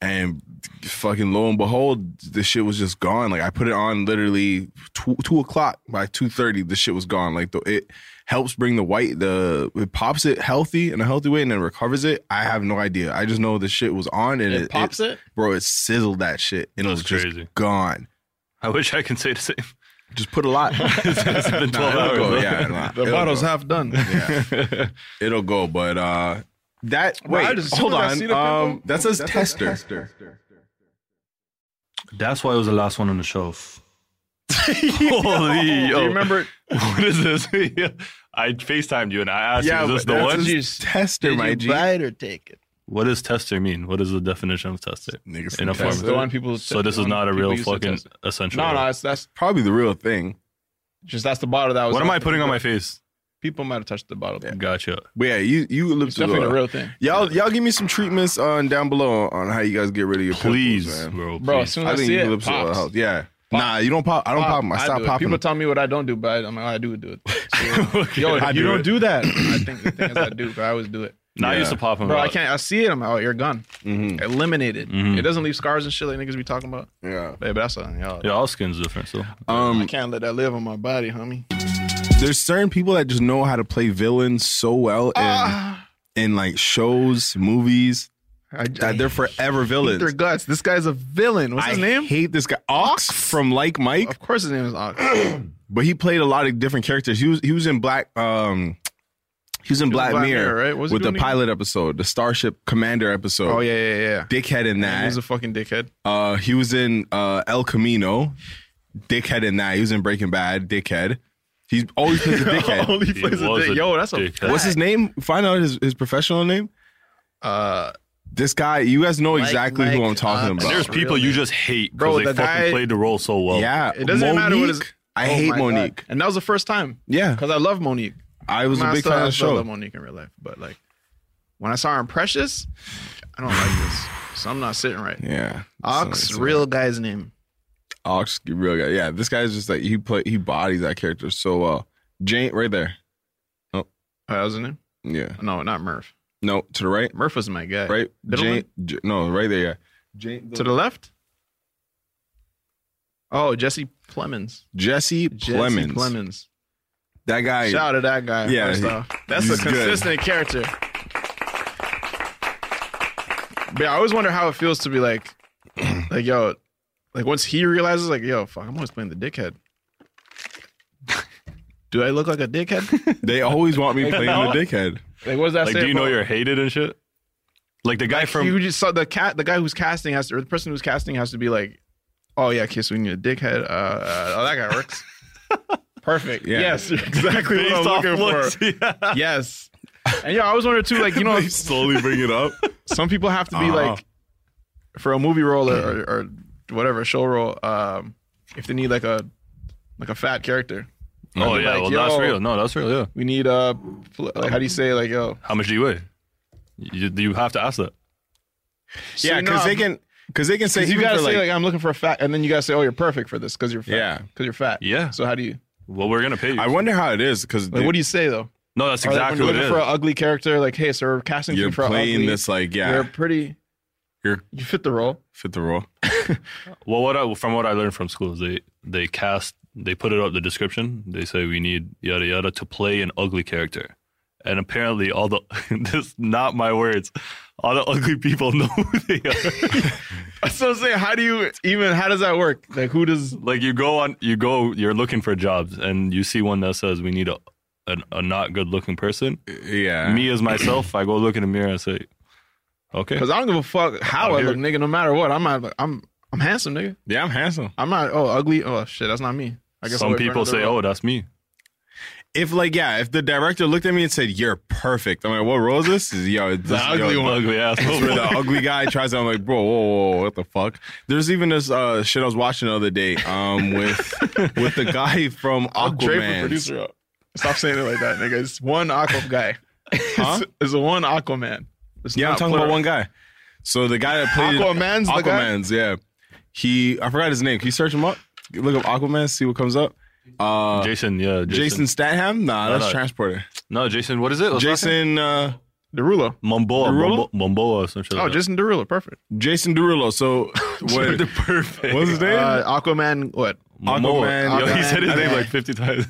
and fucking lo and behold, the shit was just gone. Like I put it on literally two, two o'clock by two thirty, the shit was gone. Like the, it helps bring the white, the it pops it healthy in a healthy way, and then recovers it. I have no idea. I just know the shit was on and
It pops it?
bro. It sizzled that shit and it
That's
was just
crazy.
gone.
I wish I can say the same.
Just put a lot.
[laughs] it's
[laughs]
been 12
Nah, it'll
hours.
go.
huh?
Yeah, nah,
The
it'll
bottle's
go. [laughs]
half done.
It'll go, but uh that
Bro, I
wait,
just- as
hold
soon as I
on.
see the
um,
pimple-
that says
That says
tester.
That's why it was the last one on the shelf. Holy, yo.
Do you remember?
[laughs] What is this? Yeah. I FaceTimed you and I asked you, is this
but
the
that
one?
says
Juice.
Tester, my G.
it or take it?
What does tester mean? What is the definition of tester?
Niggas
In a
from
farm.
That's
Tester.
the one people.
So this
the
is
one
not a
people
real
used to
fucking
test it.
essential.
No, no,
oil.
that's, that's
Probably the real thing.
just that's the bottle that was.
What am
on
I
it.
putting on my face?
People might have touched the bottle.
Gotcha.
But yeah, you you lips
It's definitely
are-
a real thing,
Y'all y'all give me some treatments on down below on how you guys get rid of your
Please,
pimples, man.
bro.
bro.
Please.
As soon
I
as Mm, I,
think
see
you
it,
lips will
pops.
help. Yeah.
Pop.
Nah, you don't pop. I don't pop, them. I
do
stop
it.
popping.
People
them.
tell me what I don't do, but I, am like, "Oh, I do do
[laughs]
it.
[laughs]
So,
Okay.
yo,
I
if
do
you do not
it.
[clears throat]
do that, I think the thing is I do. 'cause I always do it.
Nah, I
Yeah.
used to pop them.
Bro,
a
I
lot.
can't. I see it. I'm like, oh, you're gone.
Mhm.
Eliminated.
Mhm.
It doesn't leave scars and shit like niggas be talking about.
Yeah.
Babe, that's something. Yo,
Yeah, all skin's different. So
I
Um,
can't let that live on my body, homie.
there's certain people that just know how to play villains so well in
Ah.
in like shows, movies
I,
that they're forever
hate their
villains.
guts. This guy's a villain. What's his
I
name?
hate this guy Ox,
Ox?
from Like Mike,
Of course, his name is
[clears throat]
Ox.
but he played a lot of different characters. He was he was in Black um he was in Black, Mirror,
right? What was he
with the
doing again?
pilot episode, the Starship Commander episode.
Oh yeah, yeah, yeah.
Dickhead in that.
He was a fucking dickhead.
Uh, he was in uh, El Camino, dickhead in that. He was in Breaking Bad, dickhead. He's always plays
[laughs]
a dickhead.
Only
He
plays a
was
dick.
a
Yo, that's a
dickhead.
fact.
What's his name? Find out his, his professional name.
Uh,
This guy, you guys know exactly who
Mike,
I'm talking
uh,
about.
there's
Really?
people you just hate
Bro,
because they
the
fucking
guy-
played the role so well.
yeah,
it doesn't matter what his.
Monique. I
Oh
hate
my God.
Monique.
and that was the first time
Yeah,
because I love Monique.
I was
I mean,
a
I
big
still-
fan of
I
the
still
show.
love Monique in real life, but like when I saw her in Precious, I don't like this, so I'm not sitting right.
Yeah,
Ox,
So- so-
real guy's name.
Ox, real guy. Yeah, this guy's just like he play he bodies that character so well. Jane, right there.
Oh, that was his name.
Yeah,
No, not Murph.
no, to the right,
Murph was my guy.
right.
Middle
Jane, J- no, right there. Yeah, Jane,
To the left. Oh, Jesse Plemons.
Jesse
Jesse
Plemons.
Plemons.
That guy.
Shout out to that guy.
Yeah,
first
he-
off. that's a
he's good.
consistent character. But I always wonder how it feels to be like, [clears throat] like yo, like once he realizes, like yo, fuck, I'm always playing the dickhead. Do I look like a
[laughs]
dickhead?
They always want me playing
no.
the dickhead.
like what does that
Like,
say?
do you know
about-
you're hated and shit? Like the guy
Like,
from
you just saw the cat? The guy who's casting has to, or the person who's casting has to be like, oh yeah, kiss when you're a dickhead. Uh, uh, oh, that guy works.
[laughs]
Perfect.
Yeah.
Yes, [laughs] you're exactly
Based
what I'm
off
looking
looks. [laughs]
for.
Yeah.
Yes. And yeah, I always wonder too,
[laughs]
like, you know,
They [laughs] slowly bring it up.
Oh,
some people have to be
Uh-huh.
like for a movie role or, or, or whatever show role, um, if they need like a like a fat character.
Oh,
I'd be
yeah, well, that's real. No, that's real. Yeah.
We need uh, pl- like, how do you say like yo?
How much do you weigh? You, you have to ask that.
yeah, because they can because they can say
you
even
gotta
for,
say
like-
like I'm looking for a fat, and then you gotta say oh you're perfect for this because you're fat.
Yeah.
because you're fat.
Yeah.
So how do you?
Well, we're gonna pay you.
I wonder how it is because
Like, what do you say though?
No, that's
Or, like,
exactly
when
what
you're
it is.
looking for an ugly character, like hey, so we're casting
You're
you for a
playing
ugly.
this, like, yeah.
you're pretty.
You're-
you fit the role.
fit the role?
Well, what I, from what I learned from school is they they cast they put it up the description. They say we need yada yada to play an ugly character, and apparently all the [laughs] this is not my words, all the ugly people [laughs] know who they are.
That's what I'm saying. How do you even? How does that work? Like who does?
like you go on, you go, you're looking for jobs, and you see one that says we need a an, a not good looking person.
Yeah.
Me as myself, I go look in the mirror and say, okay,
Because I don't give a fuck how
Out
I
here.
look, nigga. No matter what, I'm not. I'm I'm handsome, nigga.
Yeah, I'm handsome.
I'm not. Oh, ugly. Oh shit, that's not me. I guess I'll
some
wait for
people
another
say,
role.
oh, that's me.
If like yeah, if the director looked at me and said you're perfect, I'm like, what role is this? Is yo this,
ugly
yo,
one. Ugly ass.
It's where the ugly guy tries. to- I'm like, bro, whoa, whoa, whoa, what the fuck? There's even this uh, shit I was watching the other day um, [laughs] with with the guy from
I'll drape the
Aquaman.
oh, producer up. Stop saying it like that, nigga. It's one Aqua [laughs] guy. Huh? It's, it's a one Aquaman. It's
Yeah, I'm
not
talking
plural.
about one guy. So the guy that played
Aquaman's the guy?
Aquaman's, yeah. He, I forgot his name. Can you search him up? Look up Aquaman, see what comes up. Uh,
Jason, yeah,
Jason, Statham? Nah,
No,
that's
no.
Transporter.
No, Jason, what is it? What's his last name?
Jason, uh,
Derulo.
Momboa,
Derulo?
Momboa, Momboa, or some shit
Oh,
like that.
Jason Derulo. Perfect.
Jason Derulo. [laughs] So
You're
what?
the [laughs] perfect.
What's his name?
Uh, Aquaman. What?
Momoa.
Aquaman.
Yo, he
Aquaman.
said his name
Okay.
like 50 times.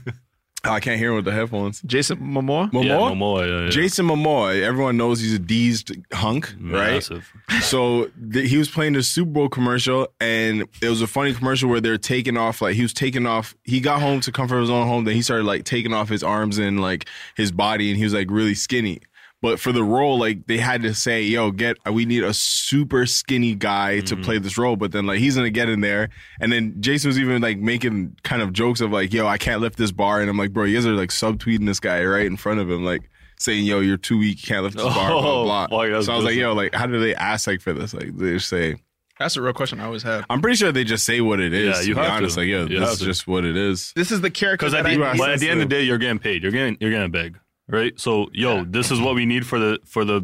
I can't hear him with the headphones.
Jason Momoa.
Momoa.
Yeah, Momoa, yeah, yeah.
Jason Momoa. Everyone knows he's a D's hunk, right?
Massive.
so th- he was playing the Super Bowl commercial, and it was a funny commercial where they're taking off. Like he was taking off. He got home to comfort his own home. Then he started like taking off his arms and like his body, and he was like really skinny. But for the role, like they had to say, "Yo, get we need a super skinny guy to
Mm-hmm.
play this role." But then like he's gonna get in there, and then Jason was even like making kind of jokes of like, "Yo, I can't lift this bar," and I'm like, "Bro, you guys are like subtweeting this guy right in front of him, like." Saying yo, you're too weak, you can't lift this bar. Blah,
[laughs] Oh,
blah, blah.
fuck, that's
so I was like,
business.
yo, like, how do they ask like for this? Like, they just say,
That's a real question I always have.
I'm pretty sure they just say what it is.
Yeah,
to
you
be
have to.
honest. Like, yeah,
You
this
have
is
to.
just what it [laughs] is.
This is the character
Because at,
that
the-
I
you are
but at the end of
sensitive.
the day, you're getting paid. You're getting you're getting a bag, right? So, yo, this is what we need for the for the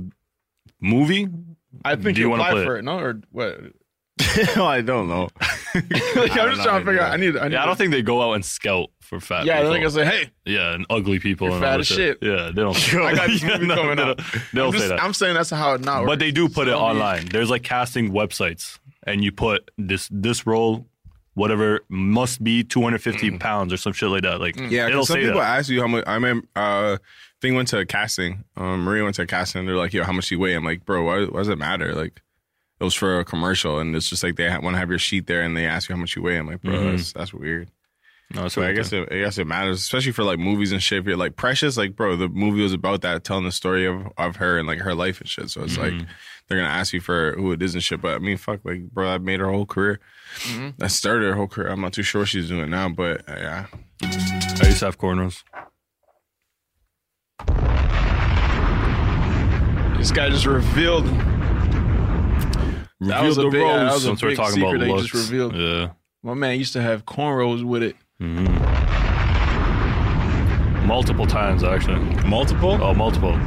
movie.
I think
Do you
you,
wanna
apply
play
for
it?
it, no? Or [laughs] what?
I don't know.
like, I'm just
know,
trying to figure
yeah.
out. I need. I, need
Yeah, I don't think they go out and scout for fat.
Yeah, I
people.
don't think I say, hey,
yeah, and ugly people
You're
and
fat
all
as
that
shit.
Yeah, they
[laughs]
don't. [laughs]
I got this
Yeah,
movie
no,
coming
they
out.
don't- They don't
I'm,
say
just-
that.
I'm saying that's how it not works.
But they do put it
Don't be-
online. There's like casting websites, and you put this this role, whatever must be 250
Mm.
pounds or some shit like that. Like
Yeah, 'cause
it'll
some
say
people
that.
ask you how much. I mean, uh, thing went to a casting. Um, Maria went to a casting. And they're like, yo, how much do you weigh? I'm like, bro, why, why does it matter? Like, it was for a commercial, and it's just like they ha- want to have your sheet there, and they ask you how much you weigh. I'm like, bro,
Mhm.
Mm-hmm.
that's that's weird.
no, it's
So I guess it, I guess it matters, especially for like movies and shit. If you're like Precious, like bro, the movie was about that, telling the story of, of her and like her life and shit. So it's
Mm-hmm.
like they're gonna ask you for who it is and shit. But I mean, fuck, like bro, I made her whole career. I started her whole career. I'm not too sure what she's doing now, but uh, yeah,
I used to have cornrows.
This guy just revealed. That was
Revealed
a big- yeah, that was a
Since
big
we're talking about
secret they
looks,
just revealed.
yeah.
My man used to have cornrows with it.
Multiple times, actually.
multiple.
Oh, multiple.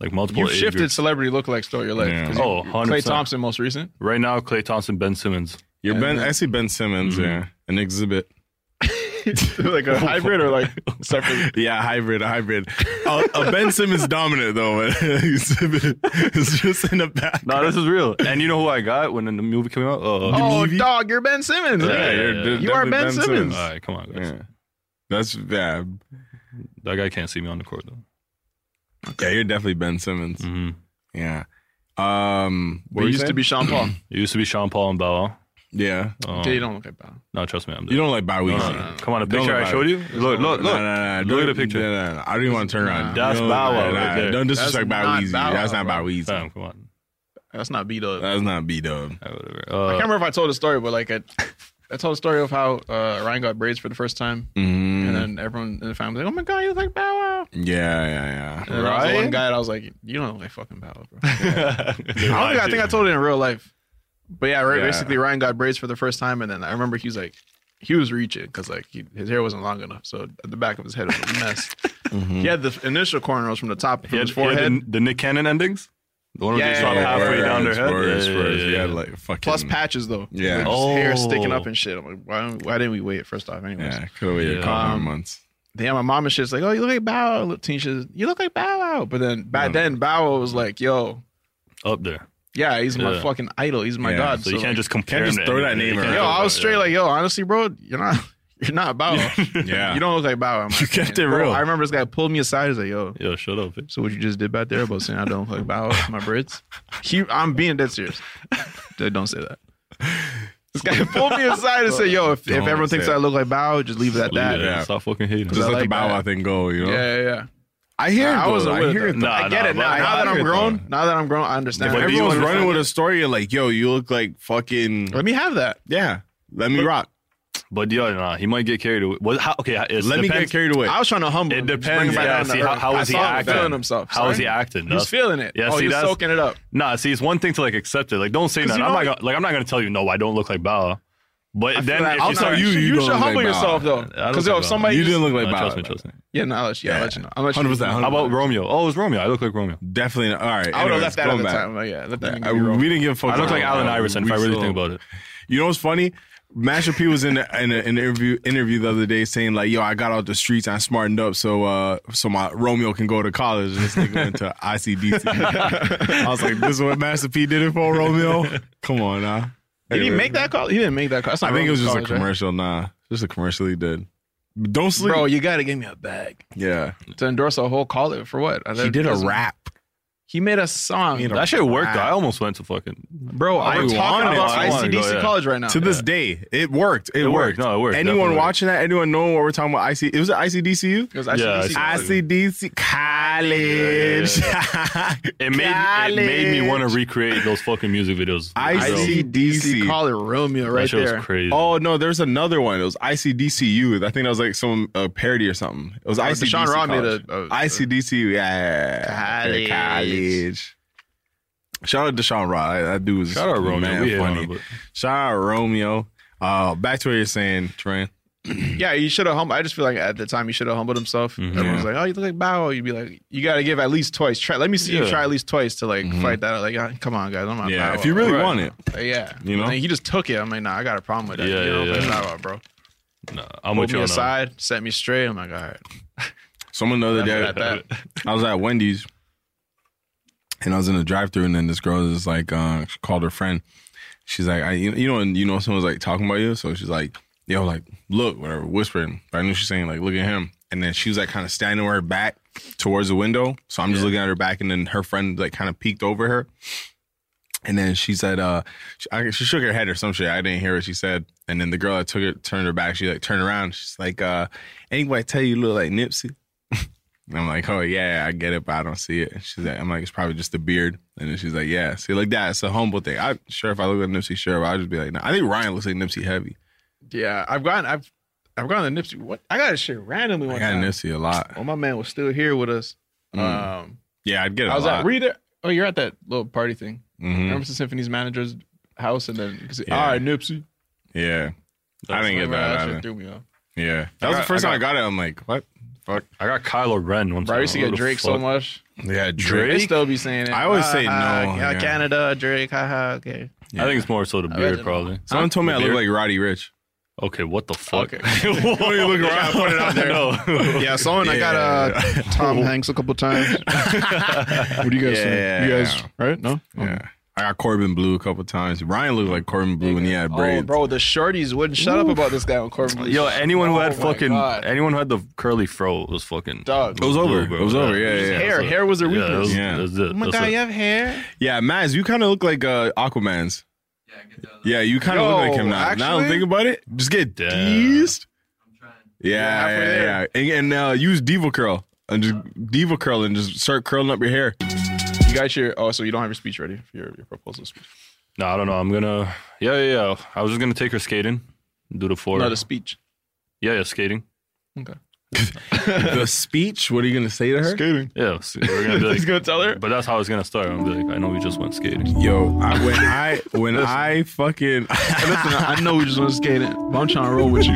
Like multiple.
You've
age
shifted
groups.
celebrity lookalikes throughout your life.
Yeah.
'Cause you-
Oh, 100%.
Klay Thompson, most recent.
Right now, Clay Thompson, Ben Simmons.
You're
Yeah,
Ben.
man.
I see Ben Simmons.
Mm-hmm.
Yeah, an exhibit.
[laughs]
[laughs]
like a hybrid or like separate.
Yeah, hybrid, hybrid. Uh, uh, ben Simmons dominant though. [laughs] exhibit is just in the back.
No, this is
[laughs]
real. And you know who I got when the movie came out? Oh,
Oh, dog, you're Ben Simmons.
Yeah,
Yeah,
you're
You are
definitely
Ben Simmons.
all right, come on, guys.
Yeah. That's yeah.
That guy can't see me on the court though.
Yeah, you're definitely Ben Simmons.
Mm-hmm.
Yeah. Um what
He
were you
used to
saying?
be Sean Paul.
It used to be Sean Paul and Bow.
Yeah.
Wow.
Dude, you don't look like that.
No, trust me, I'm dead.
You don't like Bow Weezy.
No, no, no. Come on, the
Don't
picture
look
I
at
showed
it.
you. Look, look, look.
No, no, no, no.
Look at
Don't-
the picture.
No, no, no. I don't even want to turn around.
That's
No, no,
Bow Wow
no,
right
no,
there.
Don't disrespect Bow
That's not
Weezy.
Bow
That's
Wow,
not Bow
bro.
Weezy.
Damn, come on.
That's not beat up.
That's not B Dub.
All right, whatever.
I
Uh,
can't remember if I told a story, but like I, I told a story of how uh, Ryan got braids for the first time, and
Yeah,
then everyone in the family was like, "Oh my god, you look like Bow Wow."
Mm-hmm. yeah, yeah.
And then I was the one
Ryan?
guy that I was like, "You don't look like fucking Bow Wow, bro."
[laughs] I,
I don't think I think I told it in real life. But yeah, right,
Yeah.
basically Ryan got braids for the first time, and then I remember he was like, he was reaching because like he, his hair wasn't long enough, so the back of his head was a mess.
Mm-hmm.
He had the initial cornrows from the top of
He had-
his
he had
forehead.
the- the Nick Cannon endings. The one where
Yeah,
they shot
yeah, yeah.
halfway down their head.
Spurs,
Yeah,
Spurs.
yeah,
He
yeah,
had,
yeah.
like, fucking-
Plus patches though.
Yeah.
Like, just hair sticking up
Oh.
and shit. I'm like, why, why didn't we wait? First off, anyways.
Yeah, could have waited a couple more
Um,
months.
Then my mom and shit's like, oh, you look like Bow Wow. Little teen shit's, you look like Bow Wow. But then back then, Bow Wow was like, yo,
Up there.
yeah, he's my
Yeah.
fucking idol. He's my
Yeah.
god.
So you can't
like,
just compare Can't just him to throw that anybody. name You can't
Yo,
around.
I was
Yeah.
straight like, oh. yo, honestly, bro, you're not, [laughs] you're not Bow Wow.
[laughs]
Yeah.
you don't look like Bow Wow. You
kept it real.
I remember this guy pulled me aside. He's like, yo,
Yo, shut up.
so what you just did back there about saying I don't look like Bow Wow, my braids? He, I'm being dead serious. Dude, don't say that. This guy pulled me aside and said, yo, if, if
Don't
everyone thinks
say it.
I look like Bow Wow, just leave it at that.
Yeah. Stop fucking hating.
Just let the Bow Wow thing go, you know?
Yeah, yeah, yeah.
I hear it.
I was
though.
aware
I
of
hear it.
that.
though.
I get it now. Now that
I hear
I'm
it, though.
grown, now that I'm grown, I understand.
If everyone's running with a story, you're like, yo, you look like fucking.
Let me have that.
Yeah. Let me rock.
But yeah, nah, he might get carried away. What, how, okay, it
Let me get
depends-
carried away.
I was trying to humble
It
him. Just
depends.
bring him back
Yeah,
down to
see,
earth.
how, how
I
is he
saw him
acting?
feeling himself.
How is he
Sorry.
acting?
He's feeling it.
Yeah,
Oh,
see,
he's
that's-
soaking it up.
Nah, see, it's one thing to like accept it. Like, don't say
'Cause
nothing.
you
I'm
know-
not gonna, like, I'm not gonna tell you no. I don't look like Bow. But then
feel
if
like-
you
I'll
start-
tell you, you don't look like Bow. I don't
Because
think
yo,
Bow.
if somebody
You
didn't look like
No,
Bow.
Trust me, trust me.
Yeah, no, I'll let you, I'll let you know. I'll let you
Hundred percent.
know.
How about Romeo? Oh, it was Romeo. I look like Romeo.
Definitely. All right.
I would
anyways,
have left that at
going
the
back.
time. Like, yeah, let that
I- we didn't give a fuck.
I look like Allen Iverson if I really think about it.
You know what's funny? Master P was in a, in, a, in an interview interview the other day saying like, "Yo, I got out the streets, I smartened up, so uh, so my Romeo can go to college." And this nigga went to ICDC. I was like, "This is what Master P did it for, Romeo." Come on, nah.
Did he
Anyway,
make that call? He didn't make that call. That's not
I think it was just
Romeo's
a
college, right?
commercial. Nah, just a commercial he did. But don't sleep,
Bro, you gotta give me a bag
Yeah,
to endorse a whole collar for what?
he did a rap.
He made a song.
He made a
That shit worked. though.
rap.
I almost went to fucking.
Bro,
I
I'm talking
wanted
about
to. I wanted to go,
ICDC
yeah.
college right now.
to this day, it worked. It,
It
worked.
worked. No, it worked.
Anyone
Definitely worked.
watching that? Anyone knowing what we're talking about? IC. It was at ICDCU.
It was
Yeah,
ICDC.
I
college.
see.
ICDC College.
It made it made me want to recreate those fucking music videos.
ICDC.
ICDC college Romeo right
that shit
there.
was crazy.
Oh no, there's another one. It was ICDCU. I think that was like some uh, parody or something. It was
Oh,
ICDC.
Deshaun Robb made
College.
a- a-
ICDCU. Yeah, yeah, yeah.
College.
College. Shout out to Deshaun Robb. That- That dude was
Shout out Romeo.
man
we hate on
funny.
him, but-
Shout out Romeo. Uh, back to what you're saying, Trent.
Yeah, you should have humbled. I just feel like at the time you should have humbled himself.
Mm-hmm.
Everyone's like, "Oh, you look like Bow." Wow." You'd be like, "You got to give at least twice. Try. Let me see you
Yeah.
try at least twice to like fight that. out." Like, "Ah, come on, guys, I'm not.
Mm-hmm. Yeah,
Bow
if you
Wow."
really
Right.
want it.
Like, yeah,
You know?
And he just took it. I'm like, "Nah, I got a problem with that.
Yeah,
you
yeah,
like
yeah.
Bow Wow, bro.
Nah, I'm
Put
with
me
you on that.
aside, set me straight. I'm like, all right,
Someone the other
That's
day,
what
[laughs]
I thought.
I was at Wendy's and I was in the drive thru and then this girl is like, uh, she called her friend. She's like, I, you you know, and you know, someone's like talking about you. So she's like, yo, like, look, whatever, whispering. But I knew she's saying, like, look at him. And then she was like kind of standing with her back towards the window. So I'm just looking at her back and then her friend like kind of peeked over her. And then she said, uh, she, I, she shook her head or some shit. I didn't hear what she said. And then the girl that took it turned her back. She like turned around. She's like, uh, anybody tell you you look like Nipsey? And I'm like, oh yeah, I get it, but I don't see it. And she's like, I'm like, it's probably just the beard. And then she's like, yeah, see, like that. It's a humble thing. I sure if I look at Nipsey, sure, but I'll just be like, nah. I think Ryan looks like Nipsey heavy.
yeah, I've gotten, I've, I've gotten the Nipsey. What? I got a shit randomly
I
one
got
time.
Nipsey a lot.
Well, my man was still here with us.
Mm.
Um,
Yeah, I'd get it.
I was
a
at,
lot.
were you there? Oh, you're at that little party thing.
Mhm.
Um,
Remember the symphony's manager's house, and then 'cause he-
Yeah.
all right, Nipsey.
Yeah, I didn't get
Remember
that.
shit
either.
threw me off.
Yeah, that was
got-
the first
I
time I got it. I'm like, what? Fuck.
I got Kylo Ren once.
Bro, I used to
What
get
the
Drake so
fuck?
much.
Yeah,
Drake?
They still be saying it.
I always say
Ha, ha,
no,
ha,
yeah.
Canada, Drake. Haha. Okay.
I think it's more so the beard,
Original.
probably.
Someone told me I
The
look
beard?
like Roddy Rich.
Okay, what the fuck?
Okay. [laughs]
Why you looking
around?
[laughs]
Put it out there.
No.
[laughs] Yeah, someone I got uh, [laughs] Tom Hanks a couple times. what do you guys
Yeah.
think? You guys right? No.
Um,
Oh.
Yeah, I got Corbin Blue a couple times. Ryan looked like Corbin Blue when he had braids.
Oh, bro, the shorties wouldn't shut up about this guy on Corbin. Blue.
Yo, anyone who had
Oh my
fucking
God.
anyone who had the curly fro was fucking
Dog.
It was over.
Blue,
It was over. Yeah, yeah.
hair, hair was their
Yeah, that
weakness.
was,
Yeah.
That's it.
Oh my
That's
god,
it.
you have hair.
Yeah, Maz, you kind of look like uh, Aquaman's. Yeah, you kind of
Yo,
look like him now. now
actually?
think about it, just get
Damn.
deezed. Yeah,
halfway
yeah, yeah.
there.
And, and uh, use diva curl and just diva curl and just start curling up your hair.
You got your oh, so you don't have your speech ready for your, your proposal speech.
No, I don't know. I'm gonna. Yeah, yeah, yeah. I was just gonna take her skating, do the four.
Not a speech.
yeah, yeah, skating.
Okay.
[laughs] the speech. What are you gonna say to her? Skating.
Yeah, so we're
[laughs]
gonna be like,
He's gonna
tell her. But that's how it's gonna start. I'm gonna be like, I know we just went skating.
Yo, I, [laughs] when I when I fucking [laughs] listen, I know we just want to skate it, but I'm trying to roll with you.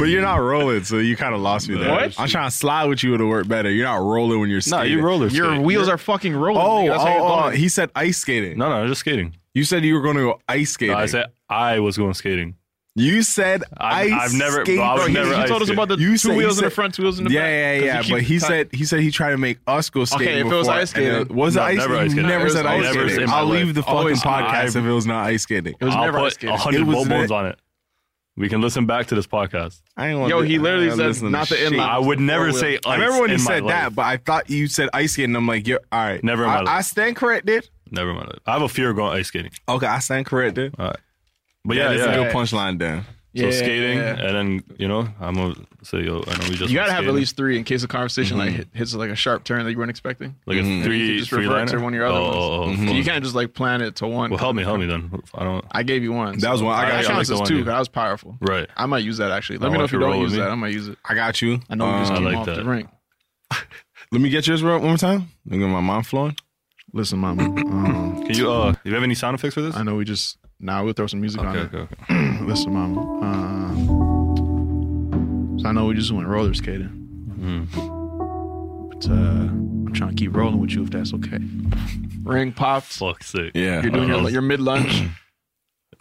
But you're not rolling, so you kind of lost me there.
What?
I'm trying to slide with you to work better. You're not rolling when you're
No,
skating.
you roller
Your
skate.
wheels
You're-
are fucking rolling.
Oh,
nigga. That's how
oh,
you're
oh,
going. he said ice skating.
No, no, just skating.
You said you were going to go ice skating.
No, I said I was going skating.
You said
I've-
ice
I've never-
skating.
bro, I was
He-
never
he
ice
told us
skating.
about the
You
two
said- he
wheels in the
said-
front, two wheels in the
yeah,
back.
yeah, yeah,
Because
but
keep
he
ti-
said-
he said he tried to make us go skating.
if it was
before,
ice
and
skating-
it was
No,
it ice
never
skating?
ice
You
skating.
never
It
said
was
ice
never in
skating.
my
I'll
life.
leave the fucking
Always-
podcast
I've-
if it was not ice skating.
It was I'll put a
It
hundred
was
bones
the-
on it. We can listen back to this podcast.
I ain't
Yo, he literally said not the inline.
I would never say.
I remember
ice
when he
in my
said
life.
that, but I thought you said ice skating. I'm like, yeah, all right.
Never in my
I,
life.
I stand corrected.
Never mind. I have a fear of going ice skating.
Okay, I stand corrected.
All right. But yeah,
that's
yeah.
a good punchline, Dan.
So
Yeah,
skating,
yeah.
and then you know, I'm gonna say, yo, I know we just went
you gotta have at
skating.
least three in case the conversation like
Mhm.
hit, hits like a sharp turn that you weren't expecting.
Like a
You
three-
could just
three
revert to
liner?
one of your other
Oh,
ones.
oh, oh,
You
fuck.
can't just like plan it to one.
Well, help me, help me then. I don't.
I gave you one.
That was one. I got- I
challenged
like the
this
one
too.
you-
'cause That was powerful.
Right.
I might use that actually.
I
Let me know
want
if
you
you
to
don't
roll
use
with me.
that. I might use it.
I got you.
I know we just
Um,
came
like
off the
that.
rink.
Let me get yours real- one more time. Let me get my mind flowing.
Listen,
[laughs]
mama. um,
Can you? Uh, do you have any sound effects for this?
I know we just now we'll throw some music on
Okay,
it.
okay, okay.
[clears throat] Listen, mama. Um, so I know we just went roller skating, but uh, I'm trying to keep rolling with you if that's okay. Ring popped.
Fuck's sake.
Yeah.
You're doing
Uh,
your, your mid [clears throat] lunge.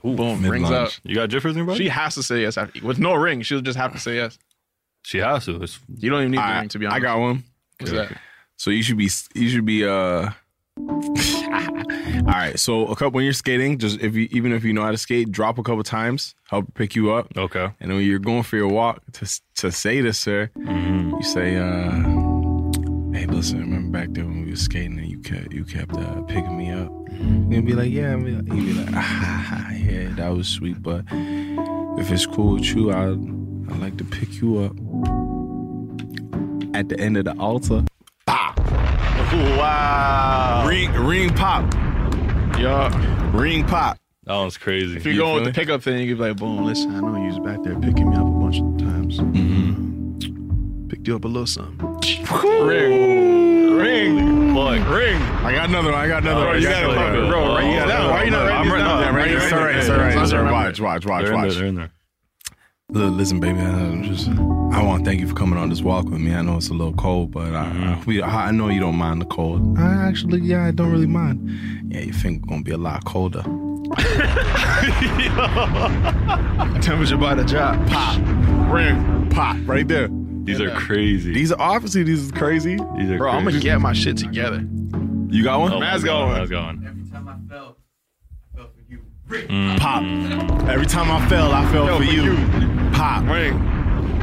Boom, rings
mid-lunge.
out.
You got jiffers, anybody?
She has to say yes after, with no ring. She'll just have to say yes.
She has to. It's,
You don't even need
All
the
right,
ring to be honest.
I got one.
What's that?
So you should be you should be uh [laughs] All right. So a couple when you're skating, just if you even if you know how to skate, drop a couple times, help pick you up.
okay.
And then when you're going for your walk to to say this, sir, you say uh Hey, listen, remember back there when we were skating and you kept you kept uh, picking me up. You're gonna be like, yeah, I'm gonna be like, [laughs] ah, yeah, that was sweet, but if it's cool with you, I'd I'd like to pick you up at the end of the altar. Pop.
Wow.
Ring, ring pop.
Yeah.
Ring pop.
That one's crazy.
If you're going with the pickup thing, you could be like, boom, listen, I know you was back there picking me up a bunch of times. Picked you up a little something. [laughs]
ring, ring, like ring.
I got another one. I got another
Oh,
one.
you
I
gotta
another
fuck
one.
it, bro. Write
you
these down. Why you not writing
I'm
these
writing
down?
down.
Write
It's
these
all
down.
right. It's all right.
Yeah,
It's all
yeah, yeah.
right. Watch, watch, watch,
They're in there.
watch.
They're in there.
Look, listen, baby. I just, I want to thank you for coming on this walk with me. I know it's a little cold, but I,
Mm-hmm.
I, we, I I know you don't mind the cold. I actually, yeah, I don't really mind. Yeah, your finger gonna be a lot colder.
Temperature by the job. Pop.
Ring, pop, right there.
These are crazy.
These are obviously these is crazy.
These are
Bro, I'm
crazy.
gonna get my shit together.
You got one?
Oh,
Mask
my God,
on.
Mask on.
Every time I fell, I fell for you.
mm-hmm.
Pop. Every time I fell, I fell for you. Pop.
Ring.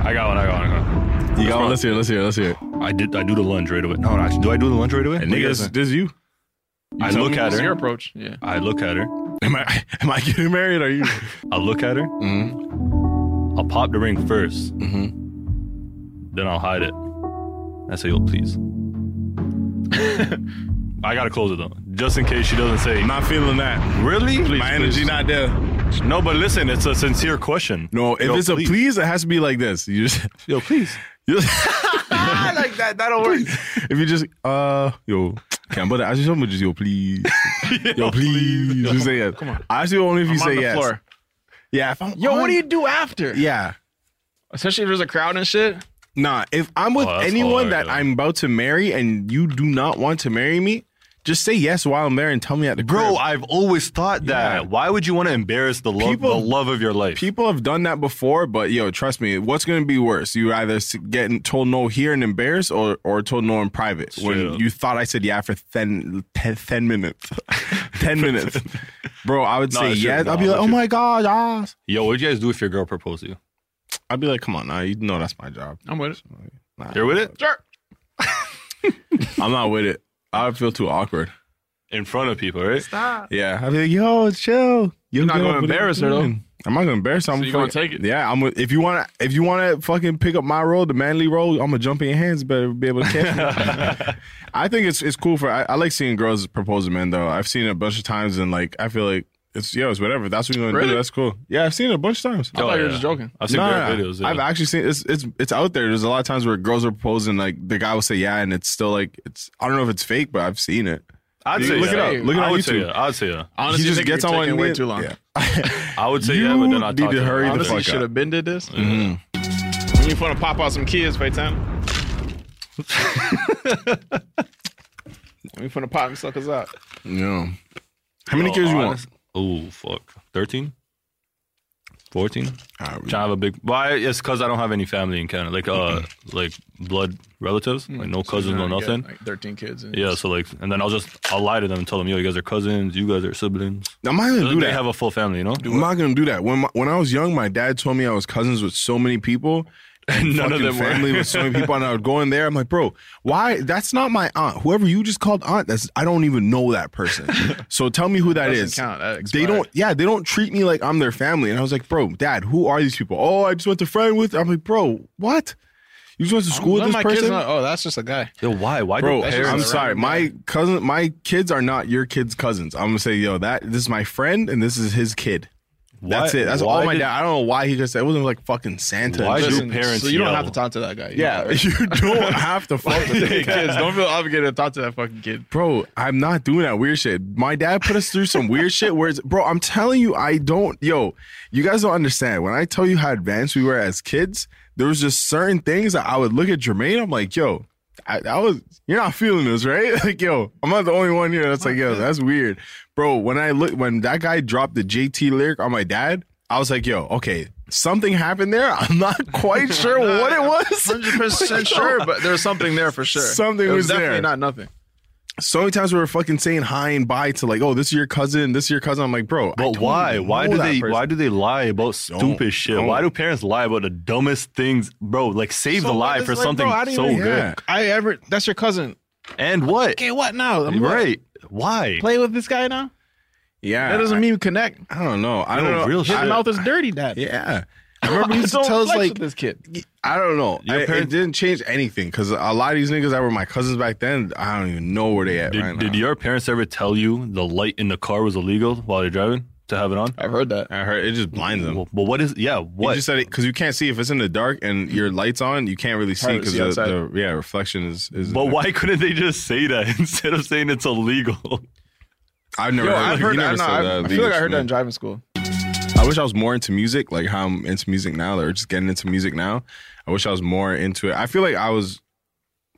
I got one. I got one. I got one.
You got
one.
one? Let's hear. it, Let's hear. it, Let's hear. it.
I did. I do the lunge right away. No, actually, do I do the lunge right away?
And nigga, this, this is you.
I look at
Your
her.
approach. Yeah.
I look at her.
Am I [laughs] am I getting married? Are you?
I look at her.
Mm-hmm.
I'll pop the ring first.
Mm-hmm.
Then I'll hide it. I say, "Yo, [laughs] please." I gotta close it though, just in case she doesn't say.
Not feeling that.
Really?
My energy not there.
No, but listen, it's a sincere question.
No, if
Yo,
it's a please, it has to be like this. You just, [laughs]
Yo, please.
you just [laughs] like that. That'll work. If you just, uh, yo, can but ask you something, just yo, [laughs] please, yo, please, just say yes. Come on. I ask you only if you
I'm
say
on the
yes.
floor.
Yeah. If I'm
Yo,
on-
what do you do after?
Yeah.
Especially if there's a crowd and shit.
Nah. If I'm with
Oh, that's
anyone
hard,
that
yo.
I'm about to marry and you do not want to marry me, just say yes while I'm there and tell me at the crib.
Bro, I've always thought that.
Yeah.
Why would you want to embarrass the love,
People-
the love of your life?
People have done that before, but yo, trust me, what's going to be worse? You either s- getting told no here and embarrassed, or or told no in private when
Straight up.
you thought I said yeah for 10, 10, 10 minutes, [laughs] ten minutes, bro. I would
No,
say
that's true.
yes.
No,
I'd be like,
that's
oh
true.
my god, yes.
Yo, what'd you guys do if your girl proposed to you?
I'd be like, come on, now you know that's my job.
I'm with it.
Nah,
You're with it? Sure.
I'm not with it. I would feel too awkward.
In front of people, right?
Stop.
Yeah, I'd be like, yo, chill. You're
not gonna embarrass her, though.
I'm not gonna embarrass her. I'm
So you gonna
fucking-
take it?
Yeah, I'm. If you wanna, if you wanna fucking pick up my role, the manly role, I'm gonna jump in your hands. Better be able to catch
[laughs]
me. I think it's it's cool for. I, I like seeing girls propose to men though. I've seen it a bunch of times, and like I feel like It's yo, it's whatever. That's what you're gonna
Really?
do. That's cool. Yeah, I've seen it a bunch of times.
I thought you were just joking.
I've seen
Nah,
great videos, yeah.
I've actually seen it's it's it's out there. There's a lot of times where girls are proposing, like the guy will say yeah, and it's still like it's. I don't know if it's fake, but I've seen it.
I'd
You
say
look
yeah.
it up. Look it
I
up on
would say
YouTube. Uh,
yeah. I'd say yeah.
Honestly, He just I think gets you're on one taking way knee- too long. yeah.
I would say
You
yeah, but then I
need to hurry the
Honestly,
fuck
you
up.
should have been did this.
Mhm.
Mm-hmm. When you want to pop out some kids, [laughs] Payton. when you want to pop them suckers out.
Yeah. How many kids you want?
Oh fuck, 13? 14? Trying to have a big. Why? it's because I don't have any family in Canada, like uh,
Mm-hmm.
like blood relatives, like no
So
cousins, no
you're gonna get,
nothing.
like, Thirteen kids. and-
Yeah, so like, and then I'll just I'll lie to them and tell them, yo, you guys are cousins, you guys are siblings.
I'm not gonna do
They
that.
have a full family, you know.
I'm not gonna do that. When my, when I was young, my dad told me I was cousins with so many people.
[laughs]
And
None of
fucking
them were.
family with so many people, and I would go in there. I'm like, bro, why? That's not my aunt. Whoever you just called aunt, that's I don't even know
[laughs]
that person. so tell me who that
Doesn't
is.
count. That
they
expired.
don't. Yeah, they don't treat me like I'm their family. And I was like, bro, dad, who are these people? Oh, I just went to friend with. I'm like, bro, what? You just went to school with
None of
this
my
person?
kids. Know, oh, that's just a guy.
Yo, why? Why
Bro,
That's just
I'm
a
sorry.
random
My cousin, my kids are not your kids' cousins. I'm gonna say, yo, that this is my friend, and this is his kid. That's
Why-
it. That's
why
all my
did-
dad. I don't know why he just said it wasn't like fucking Santa.
Why
and
do
shit.
parents
So you don't
yell?
have to talk to that guy. You
Yeah, [laughs]
know, right?
you don't have to fuck with
Hey,
that
[laughs] kids,
guy.
don't feel obligated to talk to that fucking
[laughs]
kid.
Bro, I'm not doing that weird shit. My dad put us through some weird shit. Where it's, bro, I'm telling you, I don't. Yo, you guys don't understand. When I tell you how advanced we were as kids, there was just certain things that I would look at Jermaine. I'm like, yo, I, I was. You're not feeling this, right? [laughs] Like, yo, I'm not the only one here. That's like, yo, that's weird, bro. When I look, when that guy dropped the JT lyric on my dad, I was like, yo, okay, something happened there. [laughs] I'm not quite sure what it was.
Hundred percent sure, but there's something there for sure.
Something
It
was
definitely
there.
Not nothing.
so many times we were fucking saying hi and bye to like, oh, this is your cousin, this is your cousin. I'm like, bro, I
But
don't
why?
even
Why
know
do
that
they?
person.
Why do they lie about stupid shit? Why
don't.
do parents lie about the dumbest things, bro? Like save the lie for something so good.
I ever. That's your cousin.
And what?
Okay, what now? I'm like,
right? Why?
Play with this guy now.
Yeah,
That doesn't
I-
mean we connect.
I don't know. I don't
No,
know.
real
His
shit.
mouth is dirty, Dad. [laughs]
Yeah, I remember he used to
Don't
tell us
flex
like,
with this kid.
I don't know.
Your
I-
parents-
it didn't change anything because a lot of these niggas that were my cousins back then, I don't even know where they at
Did,
right
did
now.
your parents ever tell you the light in the car was illegal while you're driving to have it on?
I've heard that.
I heard it just blinds them.
Well, but what is? Yeah,
You
what?
just said it because you can't see if it's in the dark and your lights on, you can't really see
Hard
because
to see
the,
outside.
the- yeah reflection is. is
but why [laughs] couldn't they just say that [laughs] instead of saying it's illegal?
I've never.
Yo,
heard,
I've
you
heard.
never
I, know,
said
I've-
that.
I feel like I
Legal
heard that
shit.
in driving school.
I wish I was more into music, like how I'm into music now, or just getting into music now. I wish I was more into it. I feel like I was,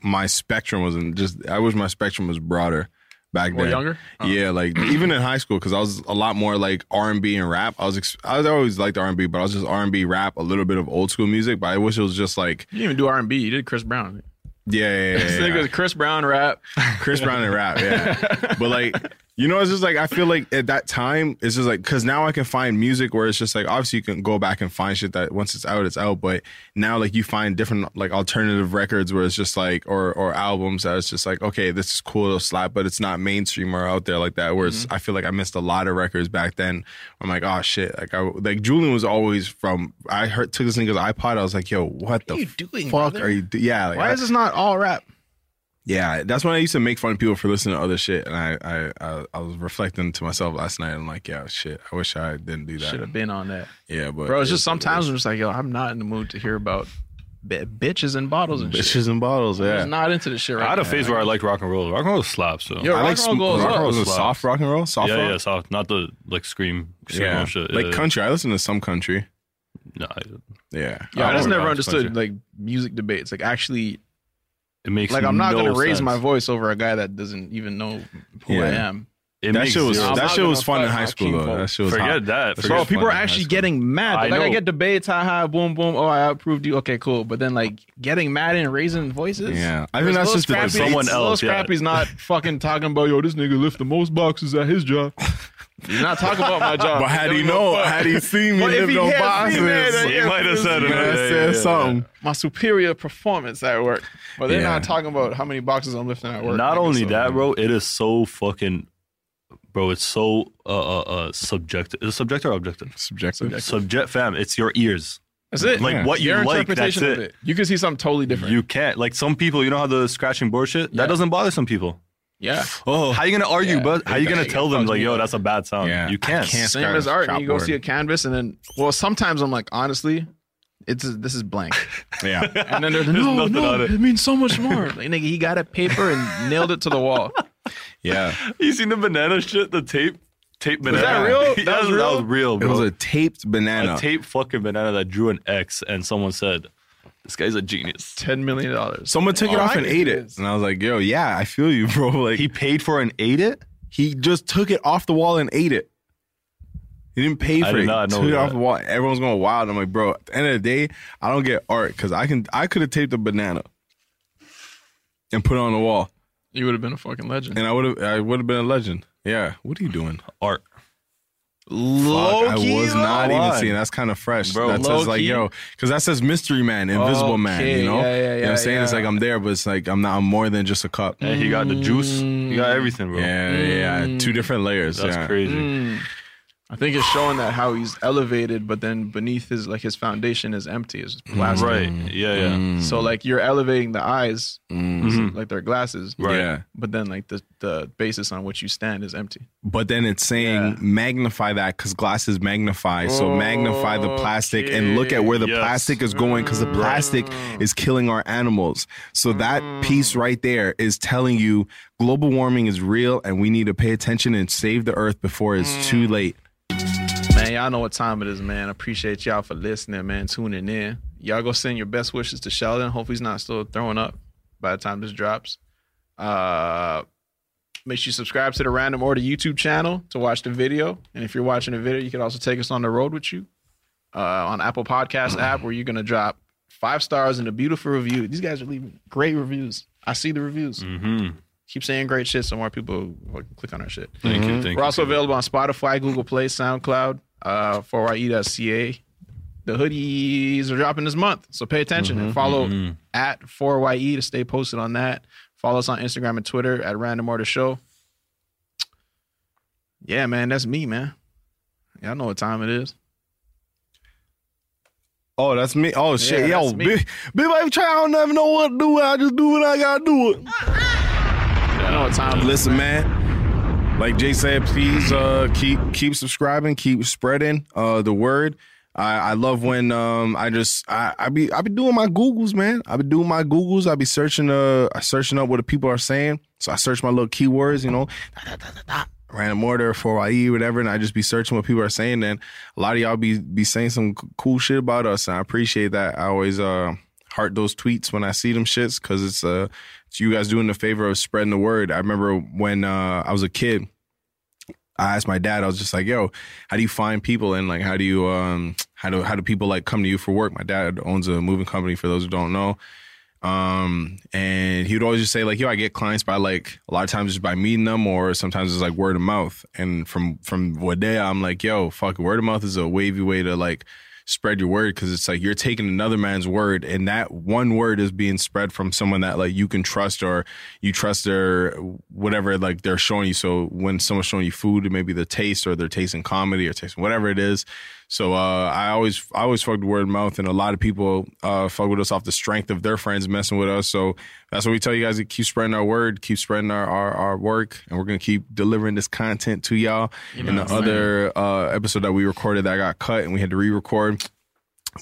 my spectrum wasn't just. I wish my spectrum was broader back
Or
then.
younger? Oh.
Yeah,
[clears throat]
like even in high school, because I was a lot more like R and B and rap. I was ex- I was I always liked R and B, but I was just R and B rap, a little bit of old school music. But I wish it was just like
You didn't even do R and B. You did Chris Brown.
yeah, yeah, yeah,
This
yeah, yeah.
nigga's Chris Brown rap.
Chris Brown and rap, yeah. but like, you know, it's just like I feel like at that time, it's just like because now I can find music where it's just like obviously you can go back and find shit that once it's out, it's out. But now like you find different like alternative records where it's just like or or albums that it's just like okay, this is cool, it'll slap, but it's not mainstream or out there like that. Where
Mm-hmm.
it's, I feel like I missed a lot of records back then. I'm like, oh shit, like I like Julian was always from. I heard took this nigga's iPod. I was like, yo, what the
you doing,
fuck
brother?
are you? Do- yeah, like,
Why
I-
is this not all rap?
yeah, that's when I used to make fun of people for listening to other shit, and I I I, I was reflecting to myself last night. I'm like, yeah, shit, I wish I didn't do that.
Should have been on that.
Yeah, but
Bro, it's just sometimes I'm just like, yo, I'm not in the mood to hear about bi- bitches and bottles and shit.
bitches and bottles.
I'm
Yeah,
just not into this shit right
I had
now.
a phase where I liked rock and roll. Rock and roll slaps. So
Yo,
I
rock
like sm-
and roll goes
rock
up.
and roll is
Slaps.
soft rock and roll, soft
yeah,
rock.
yeah, soft. Not the like scream, scream
Yeah.
shit.
like
yeah,
country. I listen to some country.
yeah. Nah, it-
Yeah,
Yeah, I,
I
just
don't
never
know.
understood like music debates. Like actually,
it makes
like I'm not
no
gonna raise
sense.
my voice over a guy that doesn't even know who I
Yeah.
am.
It
that
makes
shit was
zero
I'm
that
not
sense.
shit was
gonna
fun in
fight
high
my
school
king
though.
folk.
That shit was
Forget
hot.
that.
That shit
Forget
Bro,
was
people
fun
are
in high
actually
school.
getting mad.
I
Like, I,
know.
get debates, ha ha, boom, boom. Oh, I approved you. Okay, cool. But then like getting mad and raising voices.
Yeah. I think
Whereas
that's
Lil
just the-
Scrappy-
someone
Lil
else, yeah.
Scrappy's [laughs] not fucking talking about yo. This nigga lift the most boxes at his job. He's not talking about my job.
[laughs] But had he know, had he seen me
[laughs] But if
live
he
on
had seen that,
boxes,
then-
He might have said it.
man, I
Yeah, yeah,
said
yeah,
something.
my superior performance at work. But they're
Yeah.
not talking about how many boxes I'm lifting at work.
Not
nigga,
only
so-
that, bro, it is so fucking, bro, it's so uh uh, uh subjective. Is it subjective or objective?
Subjective.
Subject, fam. It's your ears.
That's it.
Like, what you
Your
like,
interpretation
that's
of
it.
You can see something totally different.
You can't like some people. You know how the scratching board shit that
Yeah.
doesn't bother some people.
Yeah.
Oh, how you gonna argue?
Yeah.
But how you gonna
Yeah,
tell them
fuck
like,
me
yo,
up.
that's a bad sound.
Yeah.
You can't.
Same as art. You go see a canvas, and then well, sometimes I'm like, honestly, it's this is blank.
Yeah.
[laughs] And then there's
There's
no,
nothing
no,
on
it.
it.
means so much more. [laughs] Like, nigga, he got a paper and nailed it to the wall. [laughs]
Yeah.
[laughs] You seen the banana shit? The tape, tape
Was
banana. [laughs]
that real?
Yeah,
That was
That
real.
was real.
It
Bro.
was a taped banana.
a tape fucking banana that drew an X, and someone said, "This guy's a genius."
Ten million dollars.
Someone took it
Oh,
off and
I-
ate it. And I was like, yo, yeah, I feel you, [laughs] bro. Like
He paid for and ate it.
he just took it off the wall and ate it. He didn't pay
I
for
did
it.
not
He
know
took it
that.
off the wall. Everyone's going wild. I'm like, bro, at the end of the day, I don't get art because I can I could have taped a banana and put it on the wall.
You would have been a fucking legend.
And I would have I would have been a legend. Yeah. What are you doing?
Art.
Fuck,
Low
I was not
why?
even seeing. That's kind of fresh.
Bro,
that says like,
low-key?
yo, because that says mystery man, invisible man.
Okay,
You know,
yeah, yeah,
you know what
yeah,
I'm saying? It's
yeah.
like I'm there, but it's like I'm not. I'm more than just a cup.
And he got the juice. He got everything, bro.
Yeah, yeah,
Mm.
yeah. Two different layers.
That's
yeah.
crazy.
Hmm. I think it's showing that how he's elevated, but then beneath his like his foundation is empty. It's just plastic.
Right. Yeah, yeah.
Mm.
So like you're elevating the eyes,
Mhm.
like their glasses.
Right.
Yeah.
But then like the the basis on which you stand is empty.
But then it's saying
Yeah.
magnify that because glasses magnify. so magnify the plastic and look at where the
Yes.
plastic is going because the
Mm.
plastic is killing our animals. So that
Mm.
piece right there is telling you global warming is real and we need to pay attention and save the earth before it's too
Mm.
late.
Man, y'all know what time it is, man. Appreciate y'all for listening, man. Tuning in. Y'all go send your best wishes to Sheldon. Hopefully he's not still throwing up by the time this drops. Uh make sure you subscribe to the Random Order YouTube channel to watch the video. And if you're watching the video, you can also take us on the road with you. Uh on Apple Podcast app where you're gonna drop five stars and a beautiful review. These guys are leaving great reviews. I see the reviews.
Mm-hmm.
Keep saying great shit so more people fucking click on our shit.
Thank you. Thank
We're
you.
also available on Spotify, Google Play, SoundCloud, uh, 4ye.ca. The hoodies are dropping this month, so pay attention
Mm-hmm,
and follow at 4ye to stay posted on that. Follow us on Instagram and Twitter at Random Order Show. Yeah, man, that's me, man. Y'all know what time it is.
Oh, that's me. Oh shit,
Yeah,
yo,
that's me.
big, big baby, try. I don't even know what to do. I just do what I gotta do. It.
Y'all know what time it is.
Listen, man. Like Jay said, please uh, keep keep subscribing, keep spreading uh, the word. I, I love when um, I just I, I be I be doing my googles, man. I be doing my googles. I be searching uh I searching up what the people are saying. So I search my little keywords, you know, da, da, da, da, da, random order for ye whatever, and I just be searching what people are saying. And a lot of y'all be be saying some c- cool shit about us, and I appreciate that. I always uh heart those tweets when I see them shits because it's uh it's you guys doing the favor of spreading the word. I remember when uh, I was a kid, I asked my dad. I was just like, "Yo, how do you find people and like how do you um how do how do people like come to you for work?" My dad owns a moving company. For those who don't know, um, and he would always just say like, "Yo, I get clients by like a lot of times just by meeting them, or sometimes it's like word of mouth." And from from Wadea, I'm like, "Yo, fuck, word of mouth is a wavy way to like." spread your word because it's like you're taking another man's word and that one word is being spread from someone that like you can trust or you trust their whatever like they're showing you so when someone's showing you food maybe their taste or their taste in comedy or taste in whatever it is so uh, I always I always fucked word of mouth and a lot of people uh, fuck with us off the strength of their friends messing with us so that's what we tell you guys to keep spreading our word keep spreading our our, our work and we're gonna keep delivering this content to y'all and the other uh, episode that we recorded that got cut and we had to re-record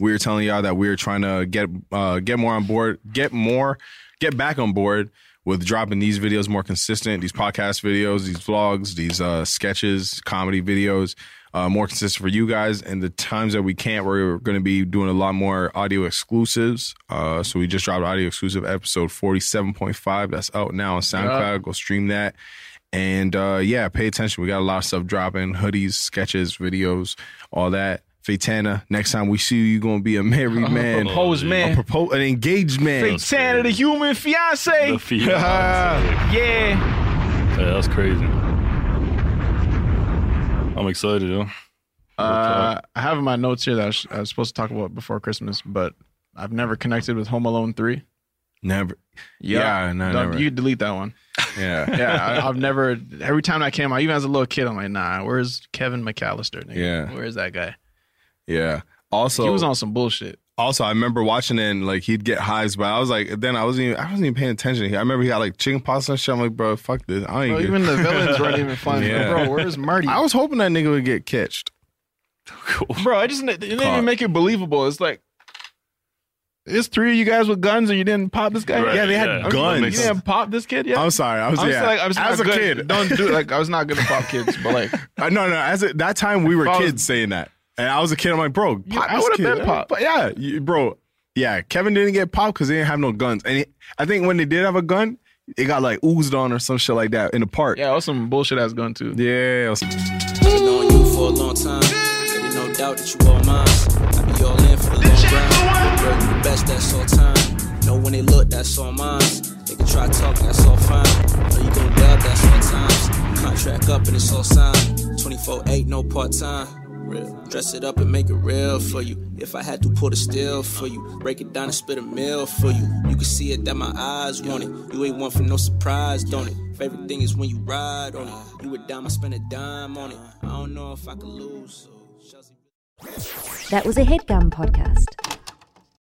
we were telling y'all that we were trying to get uh, get more on board, get more, get back on board with dropping these videos more consistent, these podcast videos, these vlogs, these uh, sketches, comedy videos, uh, more consistent for you guys. And the times that we can't, we're going to be doing a lot more audio exclusives. Uh, so we just dropped audio exclusive episode forty seven point five. That's out now on SoundCloud. Go stream that. And uh, yeah, pay attention. We got a lot of stuff dropping hoodies, sketches, videos, all that. Faitana, next time we see you, you're going to be a
[laughs] Oh.
married man.
Proposed
A
man.
propo- an engaged man.
Santa the human fiance.
The feet. yeah,
[laughs] Yeah.
that's crazy. I'm excited, yo.
Uh, I have in my notes here that I was, I was supposed to talk about before Christmas, but I've never connected with Home Alone 3.
Never. Yeah, no,
Don't-
never.
You delete that one. [laughs]
Yeah.
Yeah, I, I've never. Every time that came out, even as a little kid, I'm like, nah. Where's Kevin McAllister? Nigga?
Yeah.
where's that guy?
yeah. Also,
he was on some bullshit.
Also, I remember watching it and like he'd get hives, but I was like, then I wasn't even I wasn't even paying attention. I remember he had like chicken pasta and shit. I'm like, bro, fuck this. I ain't
Bro,
good. [laughs]
even the villains weren't even funny. Bro, where's Marty?
I was hoping that nigga would get catched.
Bro, I just it didn't
Caught.
even make it believable. It's like it's three of you guys with guns, and you didn't pop this guy.
Right,
yeah, they had
yeah.
guns.
Guns.
You didn't pop this kid. Yeah,
I'm sorry. I was,
I'm
yeah.
like, I was
as
not
a
good-
kid.
Don't do like I was not
[laughs]
gonna pop kids, but like
Uh, no, no. As a, that time we were
I was-
kids saying that, and I was a kid. I'm like, bro,
You-
pop
I
this
would've
kid.
been popped.
But yeah, you- bro, yeah. Kevin didn't get popped because they didn't have no guns, and he- I think when they did have a gun, it got like oozed on or some shit like that in the park.
yeah, that was some bullshit ass gun too.
Yeah.
Been knowing you for a long time. Ain't no doubt that you all mine. I be all in for the long grind. Girl, you the best, that's all time. Know when they look, that's all mine. They can try talk, that's all fine. Know you gon' dub, that's all times. Contract up and it's all signed. 24-8, no part-time. Real. Dress it up and make it real for you. If I had to put a still for you, break it down and spit a meal for you. You can see it that my eyes want it. You ain't one for no surprise, don't it? Favorite thing is when you ride on it. You a dime, I spend a dime on it. I don't know if I could lose. So.
That was a headgum podcast.